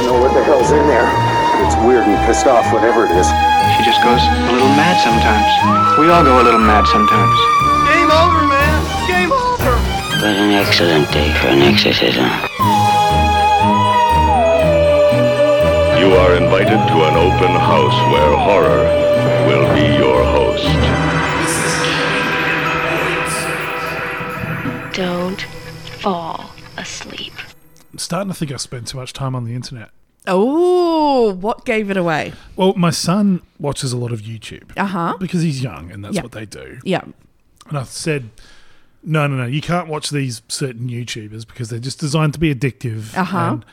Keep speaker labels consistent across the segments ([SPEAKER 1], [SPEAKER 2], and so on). [SPEAKER 1] girl's in there. It's weird and pissed off, whatever it is.
[SPEAKER 2] She just goes a little mad sometimes. We all go a little mad sometimes.
[SPEAKER 3] Game over, man. Game over.
[SPEAKER 4] It was an excellent day for an exorcism.
[SPEAKER 5] You are invited to an open house where horror will be your host.
[SPEAKER 6] Don't fall asleep.
[SPEAKER 7] I'm starting to think I spend too much time on the internet.
[SPEAKER 8] Oh, what gave it away?
[SPEAKER 7] Well, my son watches a lot of YouTube
[SPEAKER 8] Uh-huh.
[SPEAKER 7] because he's young and that's
[SPEAKER 8] Yeah.
[SPEAKER 7] what they do.
[SPEAKER 8] Yeah.
[SPEAKER 7] And I said, no, no, no, you can't watch these certain YouTubers because they're just designed to be addictive.
[SPEAKER 8] Uh-huh.
[SPEAKER 7] And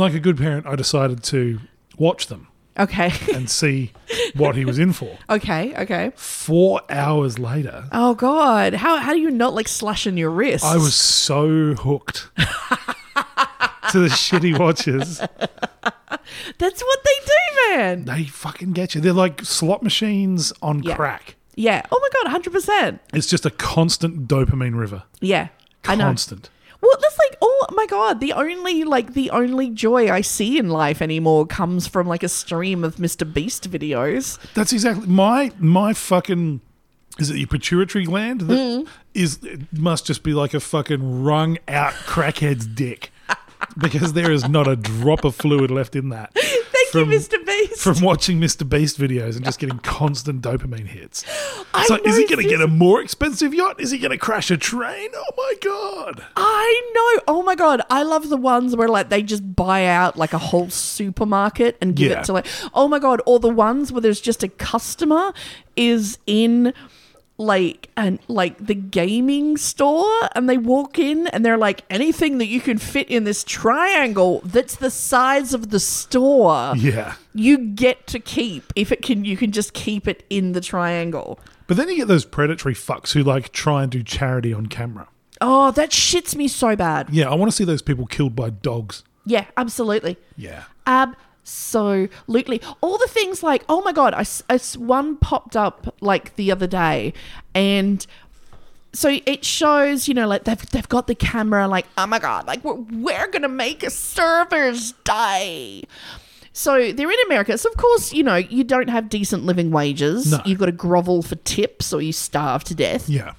[SPEAKER 7] like a good parent, I decided to watch them
[SPEAKER 8] Okay.
[SPEAKER 7] and see what he was in for.
[SPEAKER 8] okay. Okay.
[SPEAKER 7] Four hours later,
[SPEAKER 8] Oh God. How how do you not like slash in your wrist?
[SPEAKER 7] I was so hooked to the shit he watches.
[SPEAKER 8] That's what they do, man.
[SPEAKER 7] They fucking get you. They're like slot machines on
[SPEAKER 8] Yeah.
[SPEAKER 7] crack.
[SPEAKER 8] Yeah. Oh my God. Hundred percent.
[SPEAKER 7] It's just a constant dopamine river.
[SPEAKER 8] Yeah. I know.
[SPEAKER 7] Constant.
[SPEAKER 8] Well, that's like, oh my god, the only like the only joy I see in life anymore comes from like a stream of Mr. Beast videos.
[SPEAKER 7] That's exactly my my fucking is it your pituitary gland that
[SPEAKER 8] Mm-hmm.
[SPEAKER 7] is it must just be like a fucking wrung out crackhead's dick because there is not a drop of fluid left in that.
[SPEAKER 8] Thank
[SPEAKER 7] From-
[SPEAKER 8] you, Mr. Beast.
[SPEAKER 7] From watching Mr. Beast videos and just getting constant dopamine hits.
[SPEAKER 8] I
[SPEAKER 7] So, is he
[SPEAKER 8] know
[SPEAKER 7] going to get a
[SPEAKER 8] this-
[SPEAKER 7] more expensive yacht? Is he going to crash a train? Oh my God.
[SPEAKER 8] I know. Oh my god, I love the ones where like they just buy out like a whole supermarket and give
[SPEAKER 7] Yeah.
[SPEAKER 8] it to like. Oh my god, or the ones where there's just a customer is in like and like the gaming store and they walk in and they're like anything that you can fit in this triangle that's the size of the store
[SPEAKER 7] Yeah.
[SPEAKER 8] you get to keep if it can you can just keep it in the triangle
[SPEAKER 7] But then you get those predatory fucks who like try and do charity on camera.
[SPEAKER 8] oh that shits me so bad
[SPEAKER 7] Yeah, I want to see those people killed by dogs.
[SPEAKER 8] yeah absolutely
[SPEAKER 7] Yeah.
[SPEAKER 8] Absolutely. All the things like, oh my God, I, s- I s- one popped up like the other day and. So it shows, you know, like they've, they've got the camera, like, oh my God, like we're, we're going to make a server's day. So they're in America. So, of course, you know, you don't have decent living wages.
[SPEAKER 7] No.
[SPEAKER 8] You've got to grovel for tips or you starve to death.
[SPEAKER 7] Yeah.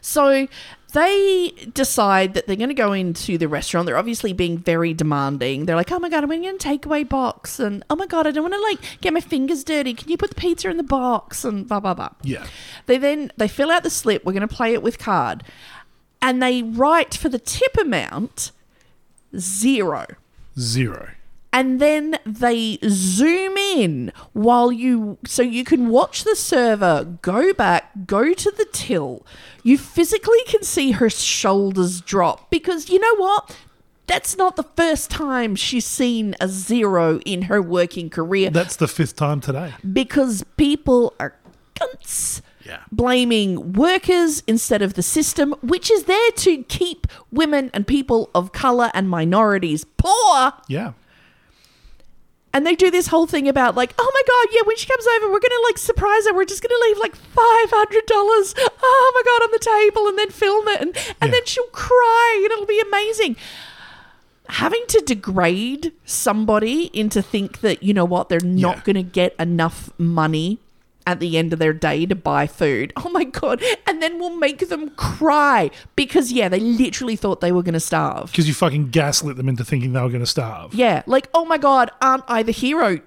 [SPEAKER 8] So they decide that they're going to go into the restaurant. They're obviously being very demanding. They're like, oh my God, I'm in a takeaway box. And oh my God, I don't want to like get my fingers dirty. Can you put the pizza in the box? And blah, blah, blah.
[SPEAKER 7] Yeah.
[SPEAKER 8] They then, they fill out the slip. We're going to play it with card. And they write for the tip amount zero
[SPEAKER 7] Zero.
[SPEAKER 8] and then they zoom in while you so you can watch the server go back go to the till you physically can see her shoulders drop because you know what that's not the first time she's seen a zero in her working career
[SPEAKER 7] That's the fifth time today.
[SPEAKER 8] because people are cunts
[SPEAKER 7] Yeah.
[SPEAKER 8] blaming workers instead of the system which is there to keep women and people of color and minorities poor
[SPEAKER 7] Yeah.
[SPEAKER 8] and they do this whole thing about like, oh my god, yeah, when she comes over, we're gonna like surprise her. We're just gonna leave like five hundred dollars, oh my god, on the table, and then film it, and
[SPEAKER 7] Yeah.
[SPEAKER 8] and then she'll cry, and it'll be amazing. Having to degrade somebody into think that you know what they're not
[SPEAKER 7] Yeah.
[SPEAKER 8] gonna get enough money at the end of their day to buy food. Oh my god! And then we'll make them cry because yeah, they literally thought they were gonna starve.
[SPEAKER 7] Because you fucking gaslit them into thinking they were going to starve.
[SPEAKER 8] Yeah, like, oh my God, aren't I the hero?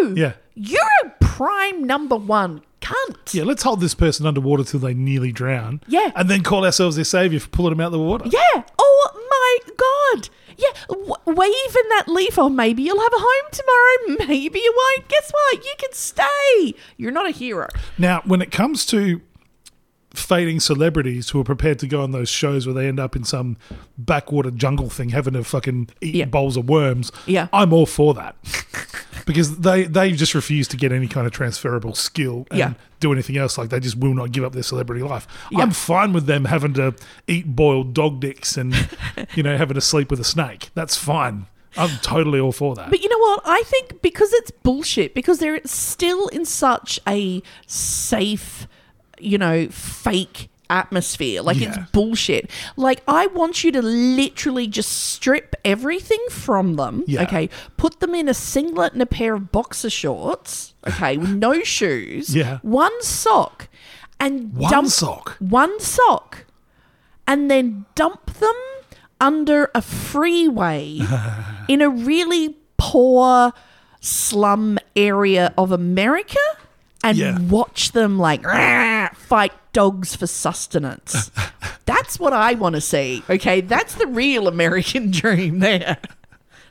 [SPEAKER 8] No!
[SPEAKER 7] Yeah.
[SPEAKER 8] You're a prime number one cunt.
[SPEAKER 7] Yeah, let's hold this person underwater till they nearly drown.
[SPEAKER 8] Yeah.
[SPEAKER 7] And then call ourselves their savior for pulling them out of the water.
[SPEAKER 8] Yeah. Oh my God. Yeah. W- wave in that leaf, or maybe you'll have a home tomorrow. Maybe you won't. Guess what? You can stay. You're not a hero.
[SPEAKER 7] Now, when it comes to fading celebrities who are prepared to go on those shows where they end up in some backwater jungle thing having to fucking eat
[SPEAKER 8] Yeah.
[SPEAKER 7] bowls of worms,
[SPEAKER 8] Yeah.
[SPEAKER 7] I'm all for that. because they, they just refuse to get any kind of transferable skill and
[SPEAKER 8] Yeah.
[SPEAKER 7] do anything else. Like they just will not give up their celebrity life.
[SPEAKER 8] Yeah.
[SPEAKER 7] I'm fine with them having to eat boiled dog dicks and, you know, having to sleep with a snake. That's fine. I'm totally all for that.
[SPEAKER 8] But you know what? I think because it's bullshit, because they're still in such a safe, you know, fake atmosphere. Like it's
[SPEAKER 7] Yeah.
[SPEAKER 8] bullshit. Like I want you to literally just strip everything from them.
[SPEAKER 7] Yeah.
[SPEAKER 8] Okay. Put them in a singlet and a pair of boxer shorts. Okay, with no shoes.
[SPEAKER 7] Yeah.
[SPEAKER 8] One sock. And
[SPEAKER 7] One
[SPEAKER 8] dump-
[SPEAKER 7] sock?
[SPEAKER 8] One sock. And then dump them under a freeway in a really poor slum area of America and
[SPEAKER 7] Yeah.
[SPEAKER 8] watch them like "Rah," fight dogs for sustenance. That's what I want to see. Okay, that's the real American dream there.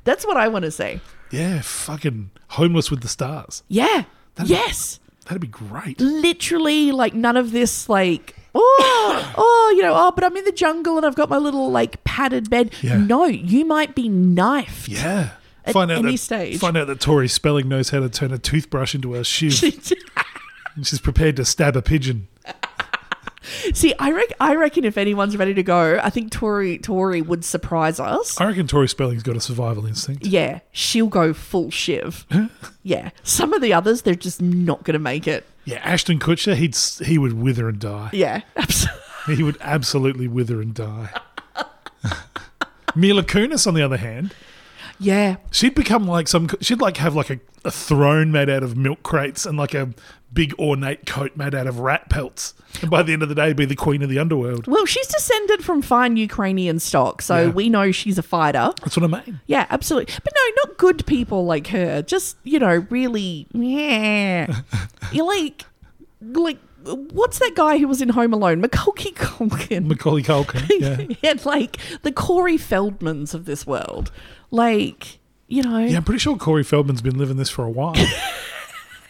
[SPEAKER 8] That's what I want to see.
[SPEAKER 7] Yeah, fucking homeless with the stars.
[SPEAKER 8] Yeah.
[SPEAKER 7] That'd be-
[SPEAKER 8] yes.
[SPEAKER 7] That'd be great.
[SPEAKER 8] Literally like none of this like oh, oh, you know, oh, but I'm in the jungle and I've got my little like padded bed.
[SPEAKER 7] Yeah.
[SPEAKER 8] No, you might be knifed.
[SPEAKER 7] Yeah.
[SPEAKER 8] At any
[SPEAKER 7] that,
[SPEAKER 8] stage.
[SPEAKER 7] Find out that Tori Spelling knows how to turn a toothbrush into a shoe. and she's prepared to stab a pigeon.
[SPEAKER 8] See, I, rec- I reckon if anyone's ready to go, I think Tori Tori would surprise us.
[SPEAKER 7] I reckon Tori Spelling's got a survival instinct.
[SPEAKER 8] Yeah, she'll go full shiv. yeah, some of the others they're just not going to make it.
[SPEAKER 7] Yeah, Ashton Kutcher, he'd s- he would wither and die.
[SPEAKER 8] Yeah, absolutely.
[SPEAKER 7] He would absolutely wither and die. Mila Kunis, on the other hand,
[SPEAKER 8] Yeah,
[SPEAKER 7] she'd become like some. She'd like have like a, a throne made out of milk crates and like a big ornate coat made out of rat pelts. And by the end of the day, be the queen of the underworld.
[SPEAKER 8] well, she's descended from fine Ukrainian stock, so
[SPEAKER 7] Yeah.
[SPEAKER 8] we know she's a fighter.
[SPEAKER 7] That's what I mean.
[SPEAKER 8] Yeah, absolutely. But no, not good people like her. Just you know, really. Yeah, you like, like, what's that guy who was in Home Alone? Macaulay Culkin.
[SPEAKER 7] Macaulay Culkin. Yeah.
[SPEAKER 8] and like the Corey Feldmans of this world. Like, you know,
[SPEAKER 7] Yeah, I'm pretty sure Corey Feldman's been living this for a while.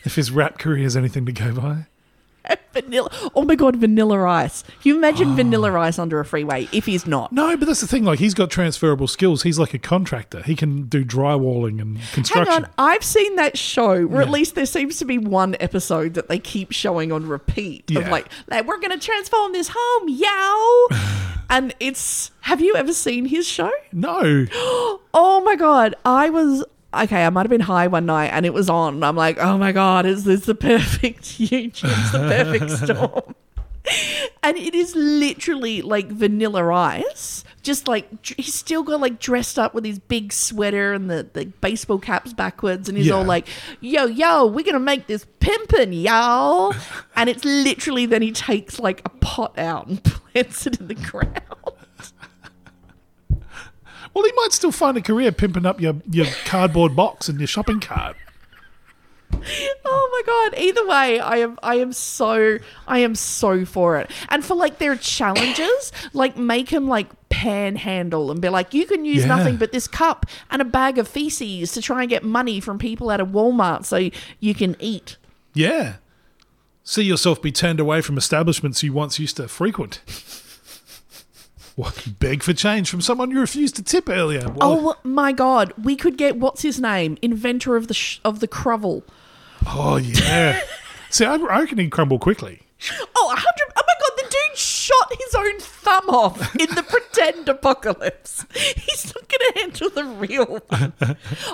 [SPEAKER 7] if his rap career is anything to go by.
[SPEAKER 8] vanilla. Oh my God, vanilla ice. Can you imagine vanilla ice under a freeway if he's not?
[SPEAKER 7] Oh. No, but that's the thing. Like, he's got transferable skills. He's like a contractor. He can do drywalling and
[SPEAKER 8] Hang
[SPEAKER 7] construction.
[SPEAKER 8] on, I've seen that show, or at
[SPEAKER 7] Yeah.
[SPEAKER 8] least there seems to be one episode that they keep showing on repeat of
[SPEAKER 7] Yeah.
[SPEAKER 8] like, like we're going to transform this home, yow. and it's, have you ever seen his show?
[SPEAKER 7] No.
[SPEAKER 8] Oh my god, I was okay. I might have been high one night, and it was on. and I'm like, oh my god, is this the perfect YouTube's the perfect storm? And it is literally like vanilla ice. Just like dr- he's still got like dressed up with his big sweater and the, the baseball caps backwards, and he's all
[SPEAKER 7] Yeah.
[SPEAKER 8] like, "Yo, yo, we're gonna make this pimpin', y'all." and it's literally then he takes like a pot out and plants it in the ground.
[SPEAKER 7] Well, he might still find a career pimping up your, your cardboard box and your shopping cart.
[SPEAKER 8] Oh my god! Either way, I am I am so I am so for it. And for like their challenges, like make him like panhandle and be like, you can use
[SPEAKER 7] Yeah.
[SPEAKER 8] nothing but this cup and a bag of feces to try and get money from people out of Walmart so you can eat.
[SPEAKER 7] Yeah. See yourself be turned away from establishments you once used to frequent. What, beg for change from someone you refused to tip earlier. Well,
[SPEAKER 8] Oh my god! We could get what's his name, inventor of the sh- of the Cruvel.
[SPEAKER 7] oh, yeah. See, I I reckon he'd crumble quickly.
[SPEAKER 8] Oh, 100 Oh my god! The dude shot his own thumb off in the pretend apocalypse. He's not going to handle the real one.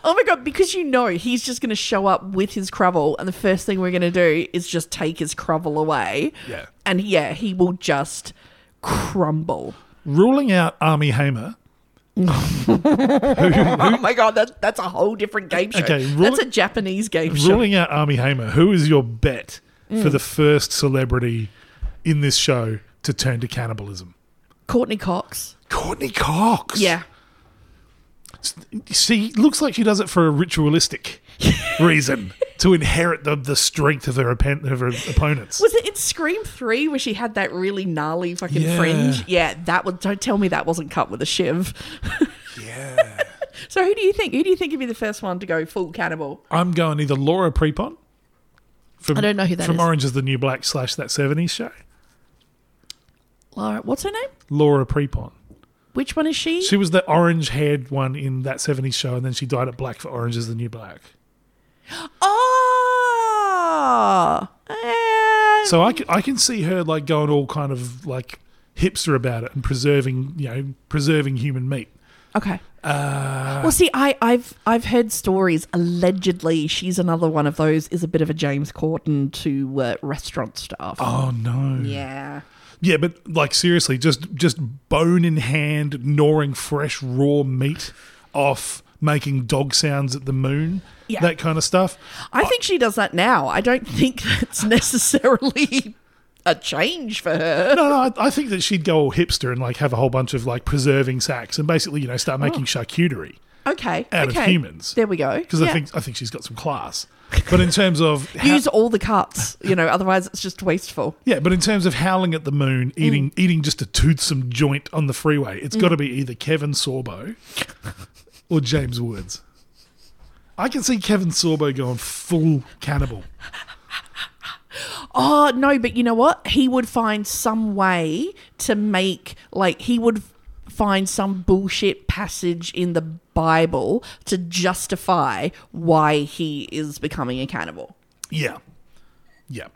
[SPEAKER 8] Oh my god! Because you know he's just going to show up with his cruvel, and the first thing we're going to do is just take his cruvel away.
[SPEAKER 7] Yeah.
[SPEAKER 8] And yeah, he will just crumble.
[SPEAKER 7] ruling out Army Hamer.
[SPEAKER 8] Oh my god! That that's a whole different game show.
[SPEAKER 7] Okay, rule-
[SPEAKER 8] that's a Japanese game show.
[SPEAKER 7] Ruling out Army Hamer. Who is your bet for the first celebrity in this show to turn to cannibalism?
[SPEAKER 8] Courtney Cox.
[SPEAKER 7] Courtney Cox.
[SPEAKER 8] Yeah.
[SPEAKER 7] She looks like she does it for a ritualistic reason to inherit the, the strength of her, oppo- of her opponents.
[SPEAKER 8] Was it in Scream 3 where she had that really gnarly fucking
[SPEAKER 7] Yeah.
[SPEAKER 8] fringe? Yeah, that would don't tell me that wasn't cut with a shiv.
[SPEAKER 7] Yeah.
[SPEAKER 8] So who do you think? Who do you think would be the first one to go full cannibal?
[SPEAKER 7] I'm going either Laura Prepon. From,
[SPEAKER 8] I don't know who that
[SPEAKER 7] from
[SPEAKER 8] is.
[SPEAKER 7] Orange is the New Black slash that 70s show.
[SPEAKER 8] Laura, what's her name?
[SPEAKER 7] Laura Prepon.
[SPEAKER 8] Which one is she?
[SPEAKER 7] She was the orange haired one in that 70s show, and then she died at Black for Orange is the New Black.
[SPEAKER 8] oh, Eh.
[SPEAKER 7] So I can, I can see her like going all kind of like hipster about it and preserving you know preserving human meat.
[SPEAKER 8] okay.
[SPEAKER 7] Uh,
[SPEAKER 8] well, see, I, I've I've heard stories. Allegedly, she's another one of those. Is a bit of a James Corden to uh, restaurant staff.
[SPEAKER 7] Oh no!
[SPEAKER 8] Yeah.
[SPEAKER 7] Yeah, but like seriously, just just bone in hand, gnawing fresh raw meat off, making dog sounds at the moon,
[SPEAKER 8] Yeah.
[SPEAKER 7] that kind of stuff.
[SPEAKER 8] I think she does that now. I don't think that's necessarily a change for her.
[SPEAKER 7] No, no, I, I think that she'd go all hipster and like have a whole bunch of like preserving sacks and basically, you know, start making
[SPEAKER 8] Oh.
[SPEAKER 7] charcuterie
[SPEAKER 8] Okay.
[SPEAKER 7] out
[SPEAKER 8] okay.
[SPEAKER 7] of humans.
[SPEAKER 8] There we go.
[SPEAKER 7] Because I
[SPEAKER 8] Yeah.
[SPEAKER 7] think I think she's got some class. But in terms of how-
[SPEAKER 8] use all the cuts, you know, otherwise it's just wasteful.
[SPEAKER 7] Yeah, but in terms of howling at the moon, eating eating just a toothsome joint on the freeway, it's got to be either Kevin Sorbo or James Woods. I can see Kevin Sorbo going full cannibal.
[SPEAKER 8] Oh, no, but you know what? He would find some way to make, like, he would find some bullshit passage in the Bible to justify why he is becoming a cannibal.
[SPEAKER 7] Yeah, yeah,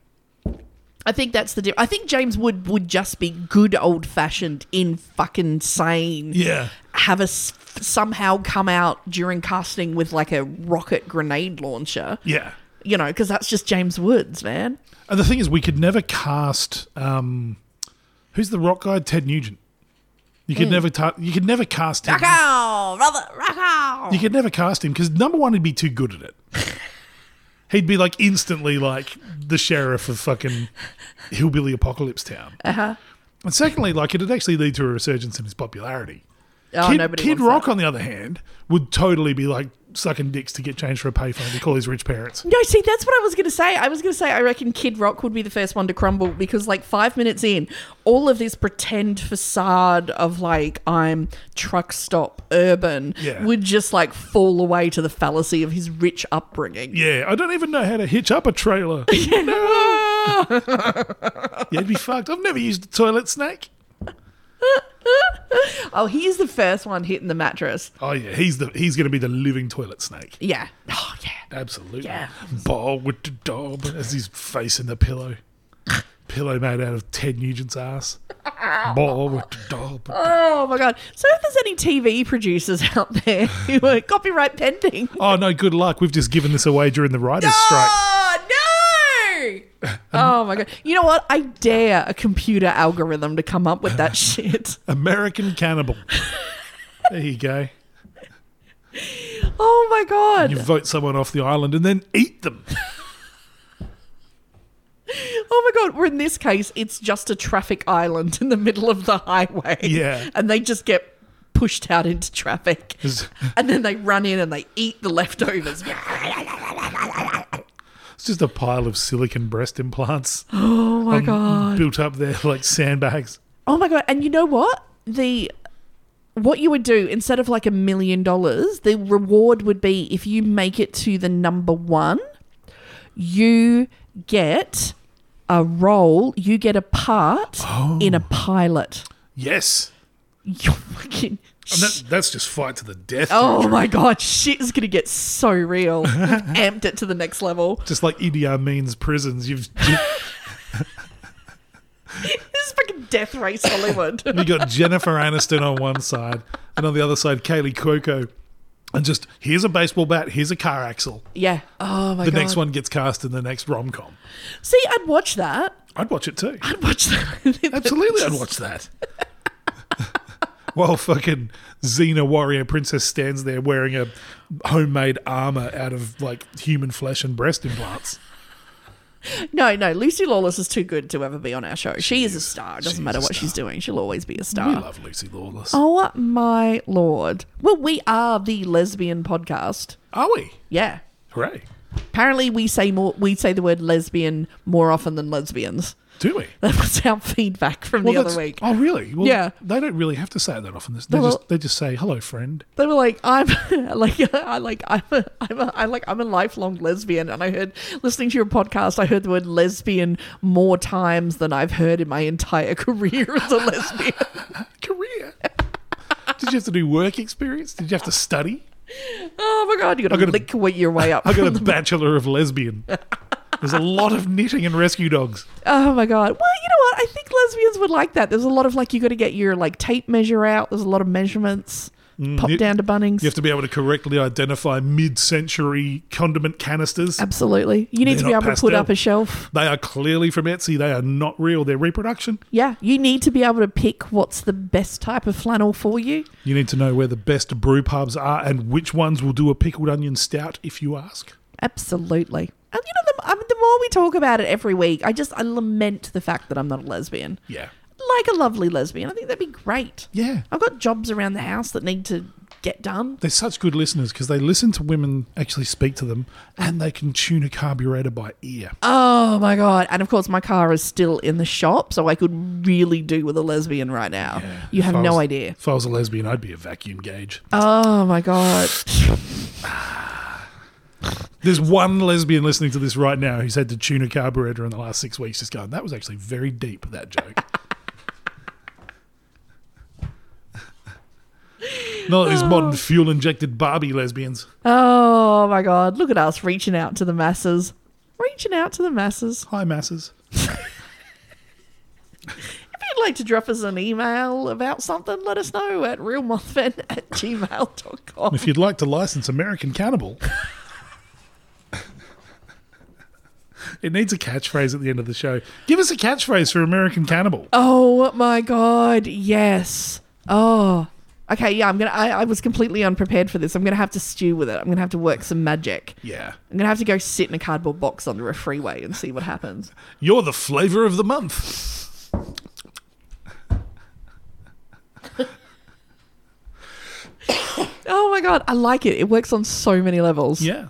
[SPEAKER 8] I think that's the difference. I think James Wood would just be good old fashioned, in fucking sane.
[SPEAKER 7] yeah,
[SPEAKER 8] Have us somehow come out during casting with like a rocket grenade launcher,
[SPEAKER 7] yeah.
[SPEAKER 8] you know, because that's just James Woods, man.
[SPEAKER 7] And the thing is, we could never cast um, who's the rock guy, Ted Nugent. You could never ta- you could never cast Ted.
[SPEAKER 8] Rocko, brother, Rocko.
[SPEAKER 7] You could never cast him because number one, he'd be too good at it. he'd be like instantly like the sheriff of fucking hillbilly apocalypse town. Uh
[SPEAKER 8] Uh-huh.
[SPEAKER 7] huh. And secondly, like it'd actually lead to a resurgence in his popularity.
[SPEAKER 8] Oh,
[SPEAKER 7] Kid,
[SPEAKER 8] nobody
[SPEAKER 7] Kid
[SPEAKER 8] wants
[SPEAKER 7] Rock,
[SPEAKER 8] that.
[SPEAKER 7] on the other hand, would totally be like sucking dicks to get change for a payphone to call his rich parents.
[SPEAKER 8] No, see, that's what I was going to say. I was going to say, I reckon Kid Rock would be the first one to crumble because, like, five minutes in, all of this pretend facade of, like, I'm truck stop urban
[SPEAKER 7] Yeah.
[SPEAKER 8] would just, like, fall away to the fallacy of his rich upbringing.
[SPEAKER 7] Yeah, I don't even know how to hitch up a trailer. yeah, it'd be fucked. I've never used a toilet snake.
[SPEAKER 8] Oh, he's the first one hitting the mattress.
[SPEAKER 7] Oh yeah, he's the he's gonna be the living toilet snake.
[SPEAKER 8] Yeah. Oh, yeah.
[SPEAKER 7] Absolutely.
[SPEAKER 8] Yeah.
[SPEAKER 7] Ball with the dog as his face in the pillow. pillow made out of Ted Nugent's ass. Ball with the dog.
[SPEAKER 8] Oh, my God. So, if there's any TV producers out there who are copyright pending.
[SPEAKER 7] Oh no, good luck. We've just given this away during the writer's strike.
[SPEAKER 8] Oh, no! oh, my God. You know what? I dare a computer algorithm to come up with that shit.
[SPEAKER 7] American cannibal. there you go.
[SPEAKER 8] Oh, my
[SPEAKER 7] You
[SPEAKER 8] God.
[SPEAKER 7] vote someone off the island and then eat them.
[SPEAKER 8] Oh, my God. Or in this case, it's just a traffic island in the middle of the highway.
[SPEAKER 7] Yeah.
[SPEAKER 8] And they just get pushed out into traffic.
[SPEAKER 7] It's
[SPEAKER 8] And then they run in and they eat the leftovers.
[SPEAKER 7] it's just a pile of silicon breast implants. Oh
[SPEAKER 8] my God.
[SPEAKER 7] Built up there like sandbags.
[SPEAKER 8] Oh my god! And you know what? The what you would do instead of like a million dollars, the reward would be if you make it to the number one, you get a role, you get a part in a
[SPEAKER 7] Oh.
[SPEAKER 8] pilot.
[SPEAKER 7] Yes.
[SPEAKER 8] You're fucking.
[SPEAKER 7] And that, that's just fight to the death.
[SPEAKER 8] Oh my god, shit is gonna get so real. You've amped it to the next level.
[SPEAKER 7] Just like Idi Amin's prisons. You've
[SPEAKER 8] This is fucking death race Hollywood.
[SPEAKER 7] You got Jennifer Aniston on one side, and on the other side, Kaylee Cuoco. And just here's a baseball bat, here's a car axle.
[SPEAKER 8] yeah. Oh my
[SPEAKER 7] The
[SPEAKER 8] god.
[SPEAKER 7] next one gets cast in the next rom com.
[SPEAKER 8] See, I'd watch that.
[SPEAKER 7] I'd watch it too.
[SPEAKER 8] I'd watch that.
[SPEAKER 7] Absolutely, I'd watch that. While fucking Xena Warrior Princess stands there wearing a homemade armor out of like human flesh and breast implants.
[SPEAKER 8] No, no, Lucy Lawless is too good to ever be on our show. She, is a star. It doesn't
[SPEAKER 7] She
[SPEAKER 8] matter
[SPEAKER 7] is a
[SPEAKER 8] what she's doing. She'll always be a
[SPEAKER 7] We
[SPEAKER 8] star.
[SPEAKER 7] love Lucy Lawless.
[SPEAKER 8] Oh my lord. Well, we are the lesbian podcast.
[SPEAKER 7] Are we?
[SPEAKER 8] Yeah.
[SPEAKER 7] Hooray.
[SPEAKER 8] Apparently we say more we say the word lesbian more often than lesbians.
[SPEAKER 7] Do we?
[SPEAKER 8] That was our feedback from the other
[SPEAKER 7] that's-
[SPEAKER 8] week.
[SPEAKER 7] Oh, really? Well,
[SPEAKER 8] Yeah.
[SPEAKER 7] They don't really have to say it that often. They
[SPEAKER 8] Well-
[SPEAKER 7] just they just say hello, friend.
[SPEAKER 8] They were like, I'm like I like I'm a, I'm a, I like I'm a lifelong lesbian and I heard listening to your podcast, I heard the word lesbian more times than I've heard in my entire career as a lesbian.
[SPEAKER 7] career. Did you have to do work experience? Did you have to study?
[SPEAKER 8] Oh my god, you gotta
[SPEAKER 7] I got a-
[SPEAKER 8] lick what your way up.
[SPEAKER 7] I got a bachelor of lesbian. There's a lot of knitting and rescue dogs.
[SPEAKER 8] oh my god. Well, you know what? I think lesbians would like that. There's a lot of like you gotta get your like tape measure out, there's a lot of measurements. pop
[SPEAKER 7] Mm, you-
[SPEAKER 8] down to Bunnings.
[SPEAKER 7] You have to be able to correctly identify mid-century condiment canisters.
[SPEAKER 8] Absolutely. You need
[SPEAKER 7] They're
[SPEAKER 8] to be
[SPEAKER 7] not
[SPEAKER 8] able to put
[SPEAKER 7] pastel.
[SPEAKER 8] up a shelf.
[SPEAKER 7] They are clearly from Etsy. They are not real. They're reproduction.
[SPEAKER 8] Yeah. You need to be able to pick what's the best type of flannel for you.
[SPEAKER 7] You need to know where the best brew pubs are and which ones will do a pickled onion stout if you ask.
[SPEAKER 8] Absolutely. And you know, the, I mean, the more we talk about it every week, I just I lament the fact that I'm not a lesbian.
[SPEAKER 7] Yeah.
[SPEAKER 8] Like a lovely lesbian, I think that'd be great.
[SPEAKER 7] Yeah.
[SPEAKER 8] I've got jobs around the house that need to get done.
[SPEAKER 7] They're such good listeners because they listen to women actually speak to them and they can tune a carburetor by ear.
[SPEAKER 8] Oh my god! And of course, my car is still in the shop, so I could really do with a lesbian right now. you have
[SPEAKER 7] If I
[SPEAKER 8] no
[SPEAKER 7] was-
[SPEAKER 8] idea.
[SPEAKER 7] If I was a lesbian, I'd be a vacuum gauge.
[SPEAKER 8] Oh my god!
[SPEAKER 7] There's one lesbian listening to this right now who's had to tune a carburetor in the last six weeks. Just going, that was actually very deep, that joke. Not these modern fuel injected Barbie lesbians.
[SPEAKER 8] Oh my god! Look at us reaching out to the masses, reaching out to the masses.
[SPEAKER 7] Hi, masses.
[SPEAKER 8] If you'd like to drop us an email about something, let us know at realmothman at gmail.com.
[SPEAKER 7] If you'd like to license American Cannibal, it needs a catchphrase at the end of the show. Give us a catchphrase for American Cannibal.
[SPEAKER 8] Oh my god, yes. Oh. Okay, yeah, I'm gonna I, I was completely unprepared for this. I'm gonna have to stew with it. I'm gonna have to work some magic.
[SPEAKER 7] Yeah.
[SPEAKER 8] I'm gonna have to go sit in a cardboard box under a freeway and see what happens.
[SPEAKER 7] You're the flavor of the month.
[SPEAKER 8] Oh my god, I like it. It works on so many levels.
[SPEAKER 7] Yeah.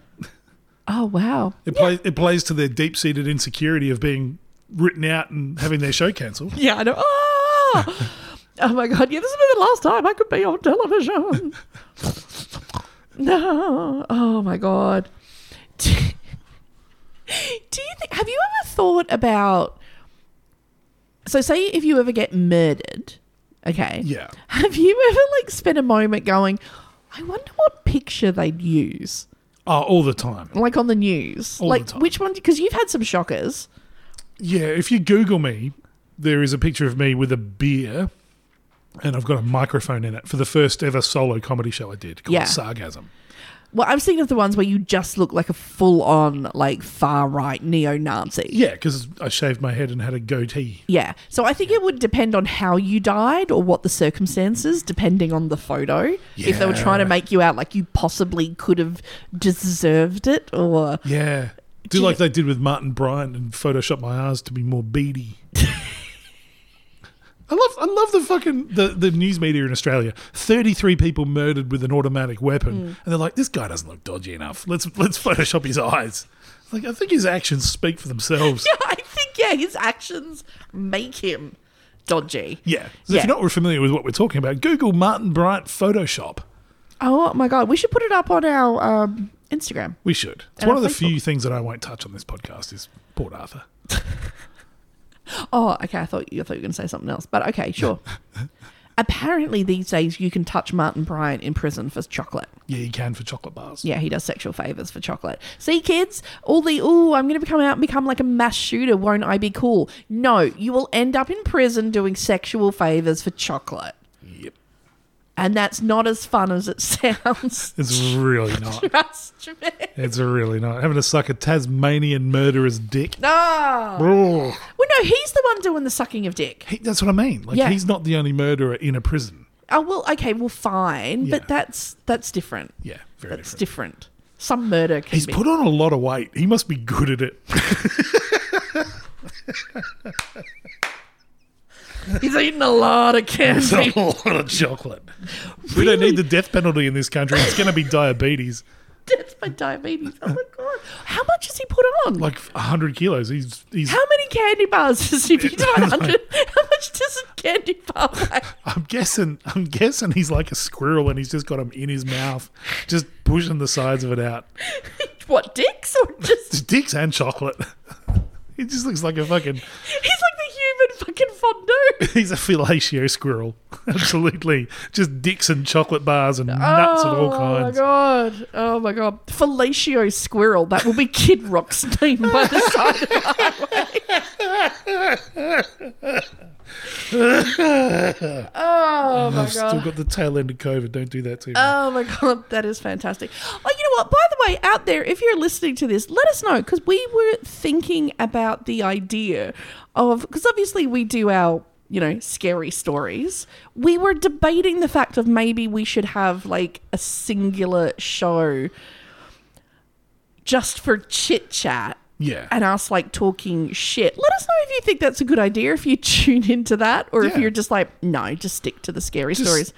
[SPEAKER 8] Oh wow.
[SPEAKER 7] It plays it plays to their deep seated insecurity of being written out and having their show cancelled.
[SPEAKER 8] Yeah, I know. Oh, oh my god, yeah, this will be the last time I could be on television. no. Oh my god. Do, do you think have you ever thought about so say if you ever get murdered, okay?
[SPEAKER 7] Yeah.
[SPEAKER 8] Have you ever like spent a moment going, I wonder what picture they'd use?
[SPEAKER 7] Oh, all the time.
[SPEAKER 8] Like on the news.
[SPEAKER 7] All the
[SPEAKER 8] like
[SPEAKER 7] time.
[SPEAKER 8] which one because you've had some shockers.
[SPEAKER 7] Yeah, if you Google me, there is a picture of me with a beer and I've got a microphone in it for the first ever solo comedy show I did called
[SPEAKER 8] Yeah.
[SPEAKER 7] Sargasm.
[SPEAKER 8] Well, I'm thinking of the ones where you just look like a full on, like, far right neo Nazi.
[SPEAKER 7] Yeah, because I shaved my head and had a goatee.
[SPEAKER 8] Yeah. So I think it would depend on how you died or what the circumstances, depending on the photo. If they were
[SPEAKER 7] Yeah.
[SPEAKER 8] trying to make you out like you possibly could have deserved it or.
[SPEAKER 7] Yeah. Do,
[SPEAKER 8] Do
[SPEAKER 7] like
[SPEAKER 8] you-
[SPEAKER 7] they did with Martin Bryant and Photoshop my eyes to be more beady. I love I love the fucking the, the news media in Australia. Thirty three people murdered with an automatic weapon, and they're like, "This guy doesn't look dodgy enough. Let's let's Photoshop his eyes." Like I think his actions speak for themselves.
[SPEAKER 8] I think, yeah, his actions make him dodgy.
[SPEAKER 7] Yeah. So
[SPEAKER 8] Yeah.
[SPEAKER 7] if you're not familiar with what we're talking about, Google Martin Bryant Photoshop.
[SPEAKER 8] Oh, my God. We should put it up on our um, Instagram.
[SPEAKER 7] We should. It's
[SPEAKER 8] And
[SPEAKER 7] one of
[SPEAKER 8] on
[SPEAKER 7] the
[SPEAKER 8] Facebook.
[SPEAKER 7] few things that I won't touch on this podcast is Port Arthur.
[SPEAKER 8] Oh, okay. I thought you I thought you were going to say something else, but okay, sure. Apparently, these days you can touch Martin Bryant in prison for chocolate.
[SPEAKER 7] Yeah, you can for chocolate bars.
[SPEAKER 8] Yeah, he does sexual favors for chocolate. See, kids, all the oh, I'm going to come out and become like a mass shooter. Won't I be cool? No, you will end up in prison doing sexual favors for chocolate.
[SPEAKER 7] Yep.
[SPEAKER 8] And that's not as fun as it sounds.
[SPEAKER 7] It's really not.
[SPEAKER 8] Trust me.
[SPEAKER 7] It's really not. Having to suck a Tasmanian murderer's dick.
[SPEAKER 8] No.
[SPEAKER 7] Ugh.
[SPEAKER 8] Well, no, he's the one doing the sucking of dick.
[SPEAKER 7] He, that's what I mean. Like
[SPEAKER 8] Yeah.
[SPEAKER 7] he's not the only murderer in a prison.
[SPEAKER 8] Oh well, okay, well, fine,
[SPEAKER 7] Yeah.
[SPEAKER 8] but that's that's different.
[SPEAKER 7] Yeah, very
[SPEAKER 8] That's
[SPEAKER 7] different.
[SPEAKER 8] different. Some murder can
[SPEAKER 7] He's
[SPEAKER 8] be.
[SPEAKER 7] put on a lot of weight. He must be good at it.
[SPEAKER 8] He's eating a lot of candy.
[SPEAKER 7] a lot of chocolate. We don't need the death penalty in this country. It's going to be diabetes.
[SPEAKER 8] That's my diabetes. Oh my god! How much has he put on?
[SPEAKER 7] Like 100 kilos. He's he's
[SPEAKER 8] how many candy bars does he eat? One hundred. How much does a candy bar weigh?
[SPEAKER 7] I'm guessing. I'm guessing he's like a squirrel, and he's just got him in his mouth, just pushing the sides of it out.
[SPEAKER 8] What dicks or just?
[SPEAKER 7] Dicks and chocolate. He just looks like a fucking.
[SPEAKER 8] He's like the human fucking fondue.
[SPEAKER 7] He's a fellatio squirrel. Absolutely, just dicks and chocolate bars and nuts of all
[SPEAKER 8] Oh my
[SPEAKER 7] kinds.
[SPEAKER 8] god! Oh my god! Fellatio squirrel. That will be Kid Rock's name by the side of the highway. Oh my
[SPEAKER 7] I've still
[SPEAKER 8] god.
[SPEAKER 7] got the tail end of COVID. Don't do that to me.
[SPEAKER 8] Oh my god, that is fantastic. Oh, you know what? By the way, out there, if you're listening to this, let us know because we were thinking about the idea of because obviously we do our you know scary stories. We were debating the fact of maybe we should have like a singular show just for chit chat.
[SPEAKER 7] yeah.
[SPEAKER 8] and us like talking shit. Let us know if you think that's a good idea, if you tune into that, or if
[SPEAKER 7] Yeah.
[SPEAKER 8] you're just like, no, just stick to the scary
[SPEAKER 7] Just-
[SPEAKER 8] stories.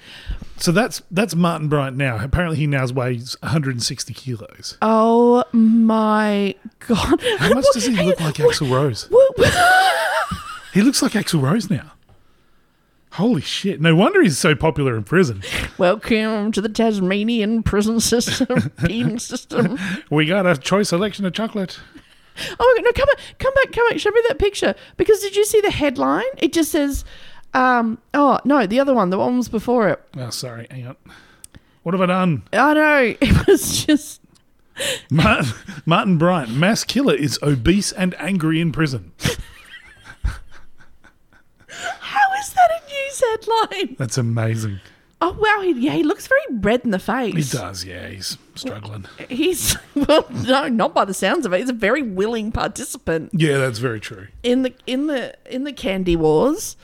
[SPEAKER 7] so that's that's Martin Bryant now. Apparently he now weighs 160 kilos.
[SPEAKER 8] Oh my god!
[SPEAKER 7] How much does he look like Axl Rose? He looks like Axl Rose now. Holy shit. No wonder he's so popular in prison.
[SPEAKER 8] Welcome to the Tasmanian prison system, penal system.
[SPEAKER 7] We got a choice selection of chocolate.
[SPEAKER 8] Oh no! Come back! Come back! Come back! Show me that picture. Because did you see the headline? It just says, um, "Oh no, the other one. The one was before it.
[SPEAKER 7] Oh, sorry. Hang on. What have I done?
[SPEAKER 8] I know. It was just."
[SPEAKER 7] Martin, Martin Bryant, mass killer, is obese and angry in prison.
[SPEAKER 8] How is that a news headline?
[SPEAKER 7] That's amazing.
[SPEAKER 8] Oh wow! He, yeah, he looks very red in the face.
[SPEAKER 7] He does, yeah. He's struggling.
[SPEAKER 8] He's well, no, not by the sounds of it. He's a very willing participant
[SPEAKER 7] Yeah, that's very true.
[SPEAKER 8] in the in the in the candy wars.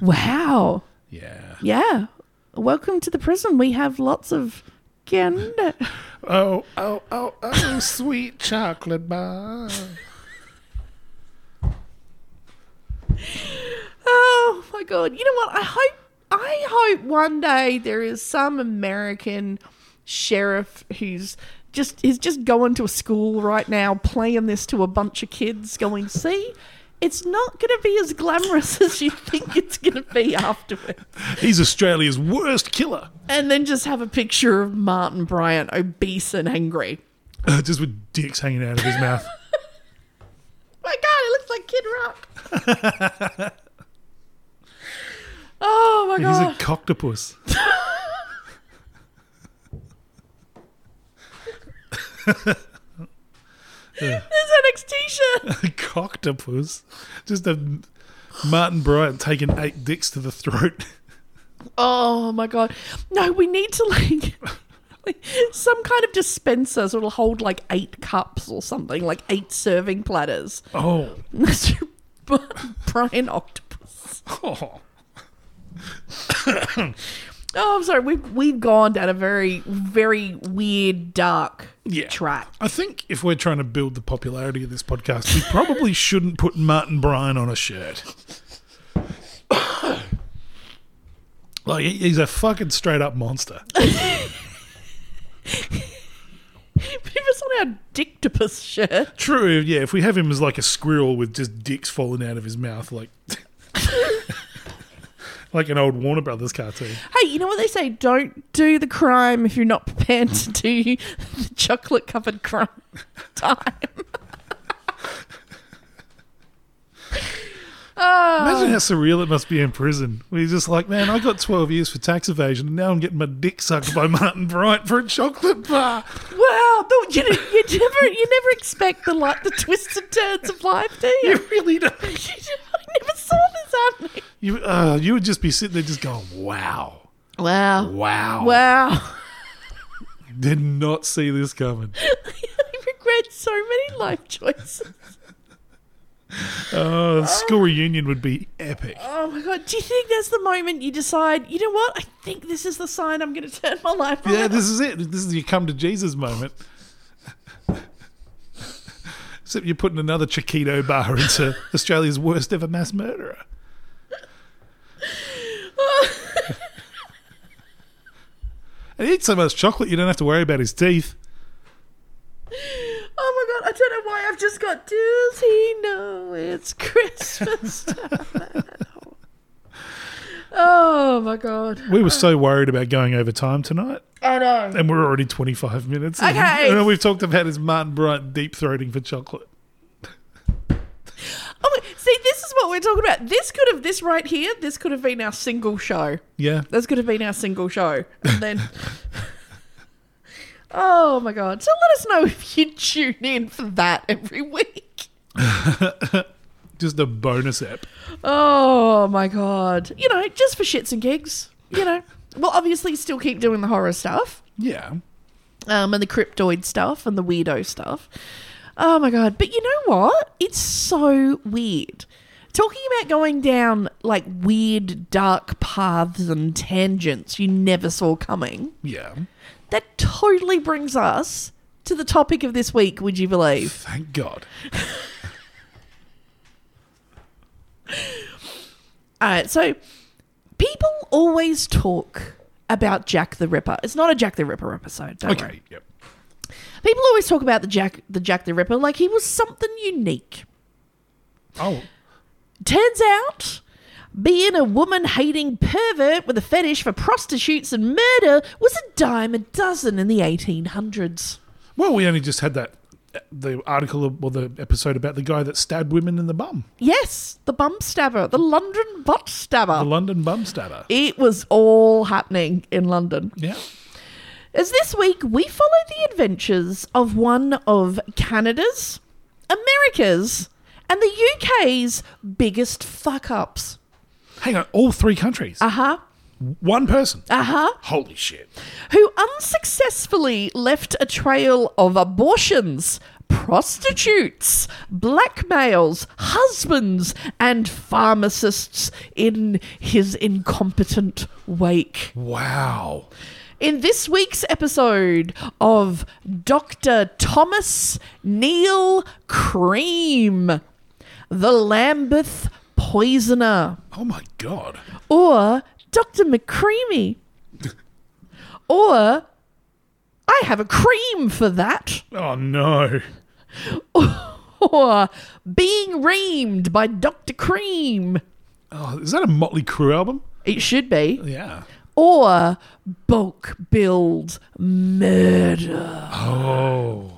[SPEAKER 8] wow.
[SPEAKER 7] Yeah.
[SPEAKER 8] Yeah. Welcome to the prison. We have lots of candy.
[SPEAKER 7] Oh, oh, oh, oh, sweet chocolate bar.
[SPEAKER 8] Oh my god. You know what? I hope I hope one day there is some American sheriff who's just is just going to a school right now playing this to a bunch of kids going, "See, it's not going to be as glamorous as you think it's going to be afterwards."
[SPEAKER 7] He's Australia's worst killer.
[SPEAKER 8] and then just have a picture of Martin Bryant obese and angry.
[SPEAKER 7] Uh, just with dicks hanging out of his mouth.
[SPEAKER 8] My God, it looks like Kid Rock. oh my
[SPEAKER 7] He's a
[SPEAKER 8] God!
[SPEAKER 7] cocktopus.
[SPEAKER 8] There's NXT shirt.
[SPEAKER 7] A cocktopus. Just a Martin Bryant taking eight dicks to the throat.
[SPEAKER 8] Oh my God! No, we need to like. like, Some kind of dispenser so it'll hold like eight cups or something, like eight serving platters.
[SPEAKER 7] Oh.
[SPEAKER 8] That's your Brian Octopus.
[SPEAKER 7] oh.
[SPEAKER 8] Oh, I'm sorry. We've we've gone down a very very weird dark
[SPEAKER 7] Yeah.
[SPEAKER 8] track.
[SPEAKER 7] I think if we're trying to build the popularity of this podcast, we probably shouldn't put Martin Bryan on a shirt. like he- he's a fucking straight up monster.
[SPEAKER 8] Put us on our dictopus shirt.
[SPEAKER 7] True, yeah. If we have him as like a squirrel with just dicks falling out of his mouth, like like an old Warner Brothers cartoon.
[SPEAKER 8] Hey, you know what they say? Don't do the crime if you're not prepared to do the chocolate covered crime time.
[SPEAKER 7] Imagine how surreal it must be in prison. We're just like, man, I got twelve years for tax evasion, and now I'm getting my dick sucked by Martin Bryant for a chocolate bar.
[SPEAKER 8] Wow, the- you, ne- you never you never expect the like the twists and turns of life, do you?
[SPEAKER 7] You really don't.
[SPEAKER 8] I never saw this happening.
[SPEAKER 7] You uh, you would just be sitting there just going, wow,
[SPEAKER 8] Wow.
[SPEAKER 7] wow.
[SPEAKER 8] Wow.
[SPEAKER 7] Did not see this coming.
[SPEAKER 8] I regret so many life choices.
[SPEAKER 7] Uh, the school reunion would be epic.
[SPEAKER 8] Oh my god, do you think that's the moment you decide, you know what? I think this is the sign I'm gonna turn my life around?
[SPEAKER 7] Yeah, this is it. This is your come to Jesus moment. Except you're putting another Chiquito bar into Australia's worst ever mass murderer.
[SPEAKER 8] Oh
[SPEAKER 7] and he eats so much chocolate, you don't have to worry about his teeth.
[SPEAKER 8] Oh my god, I don't know why I've just got Does he know it's Christmas time? oh my god.
[SPEAKER 7] We were so worried about going over time tonight.
[SPEAKER 8] I know.
[SPEAKER 7] And we're already 25 minutes. in.
[SPEAKER 8] Okay.
[SPEAKER 7] And all we've talked about is Martin Bryant deep throating for chocolate.
[SPEAKER 8] Oh, my- see, this is what we're talking about. This could have, this right here, this could have been our single show.
[SPEAKER 7] Yeah.
[SPEAKER 8] This could have been our single show. And then. oh my god. So let us know if you tune in for that every week.
[SPEAKER 7] Just a bonus app.
[SPEAKER 8] Oh my god. You know, just for shits and gigs. You know. We'll obviously still keep doing the horror stuff.
[SPEAKER 7] Yeah.
[SPEAKER 8] Um and the cryptoid stuff and the weirdo stuff. Oh my god. But you know what? It's so weird. Talking about going down like weird dark paths and tangents you never saw coming.
[SPEAKER 7] Yeah.
[SPEAKER 8] That totally brings us to the topic of this week, would you believe?
[SPEAKER 7] Thank God.
[SPEAKER 8] All right, so people always talk about Jack the Ripper. It's not a Jack the Ripper episode, don't worry.
[SPEAKER 7] Okay. Yep.
[SPEAKER 8] People always talk about the Jack the Jack the Ripper like he was something unique.
[SPEAKER 7] Oh,
[SPEAKER 8] Turns out being a woman hating pervert with a fetish for prostitutes and murder was a dime a dozen in the 1800s.
[SPEAKER 7] well, we only just had that the article or the episode about the guy that stabbed women in the bum,
[SPEAKER 8] Yes, the bum stabber, the London butt stabber.
[SPEAKER 7] the London bum stabber.
[SPEAKER 8] it was all happening in London.
[SPEAKER 7] Yeah.
[SPEAKER 8] As this week we follow the adventures of one of Canada's, America's, and the UK's biggest fuck ups.
[SPEAKER 7] Hang on, all three countries,
[SPEAKER 8] Uh huh.
[SPEAKER 7] one person.
[SPEAKER 8] Uh huh.
[SPEAKER 7] Holy shit!
[SPEAKER 8] Who unsuccessfully left a trail of abortions, prostitutes, blackmails, husbands, and pharmacists in his incompetent wake.
[SPEAKER 7] Wow.
[SPEAKER 8] In this week's episode of Dr. Thomas Neil Cream, the Lambeth Poisoner,
[SPEAKER 7] Oh my God.
[SPEAKER 8] or Dr. McCreamy, or I have a cream for that,
[SPEAKER 7] Oh no.
[SPEAKER 8] or Being Reamed by Dr. Cream.
[SPEAKER 7] Oh, is that a Motley Crue album?
[SPEAKER 8] It should be.
[SPEAKER 7] Yeah.
[SPEAKER 8] Or Bulk Build Murder.
[SPEAKER 7] Oh.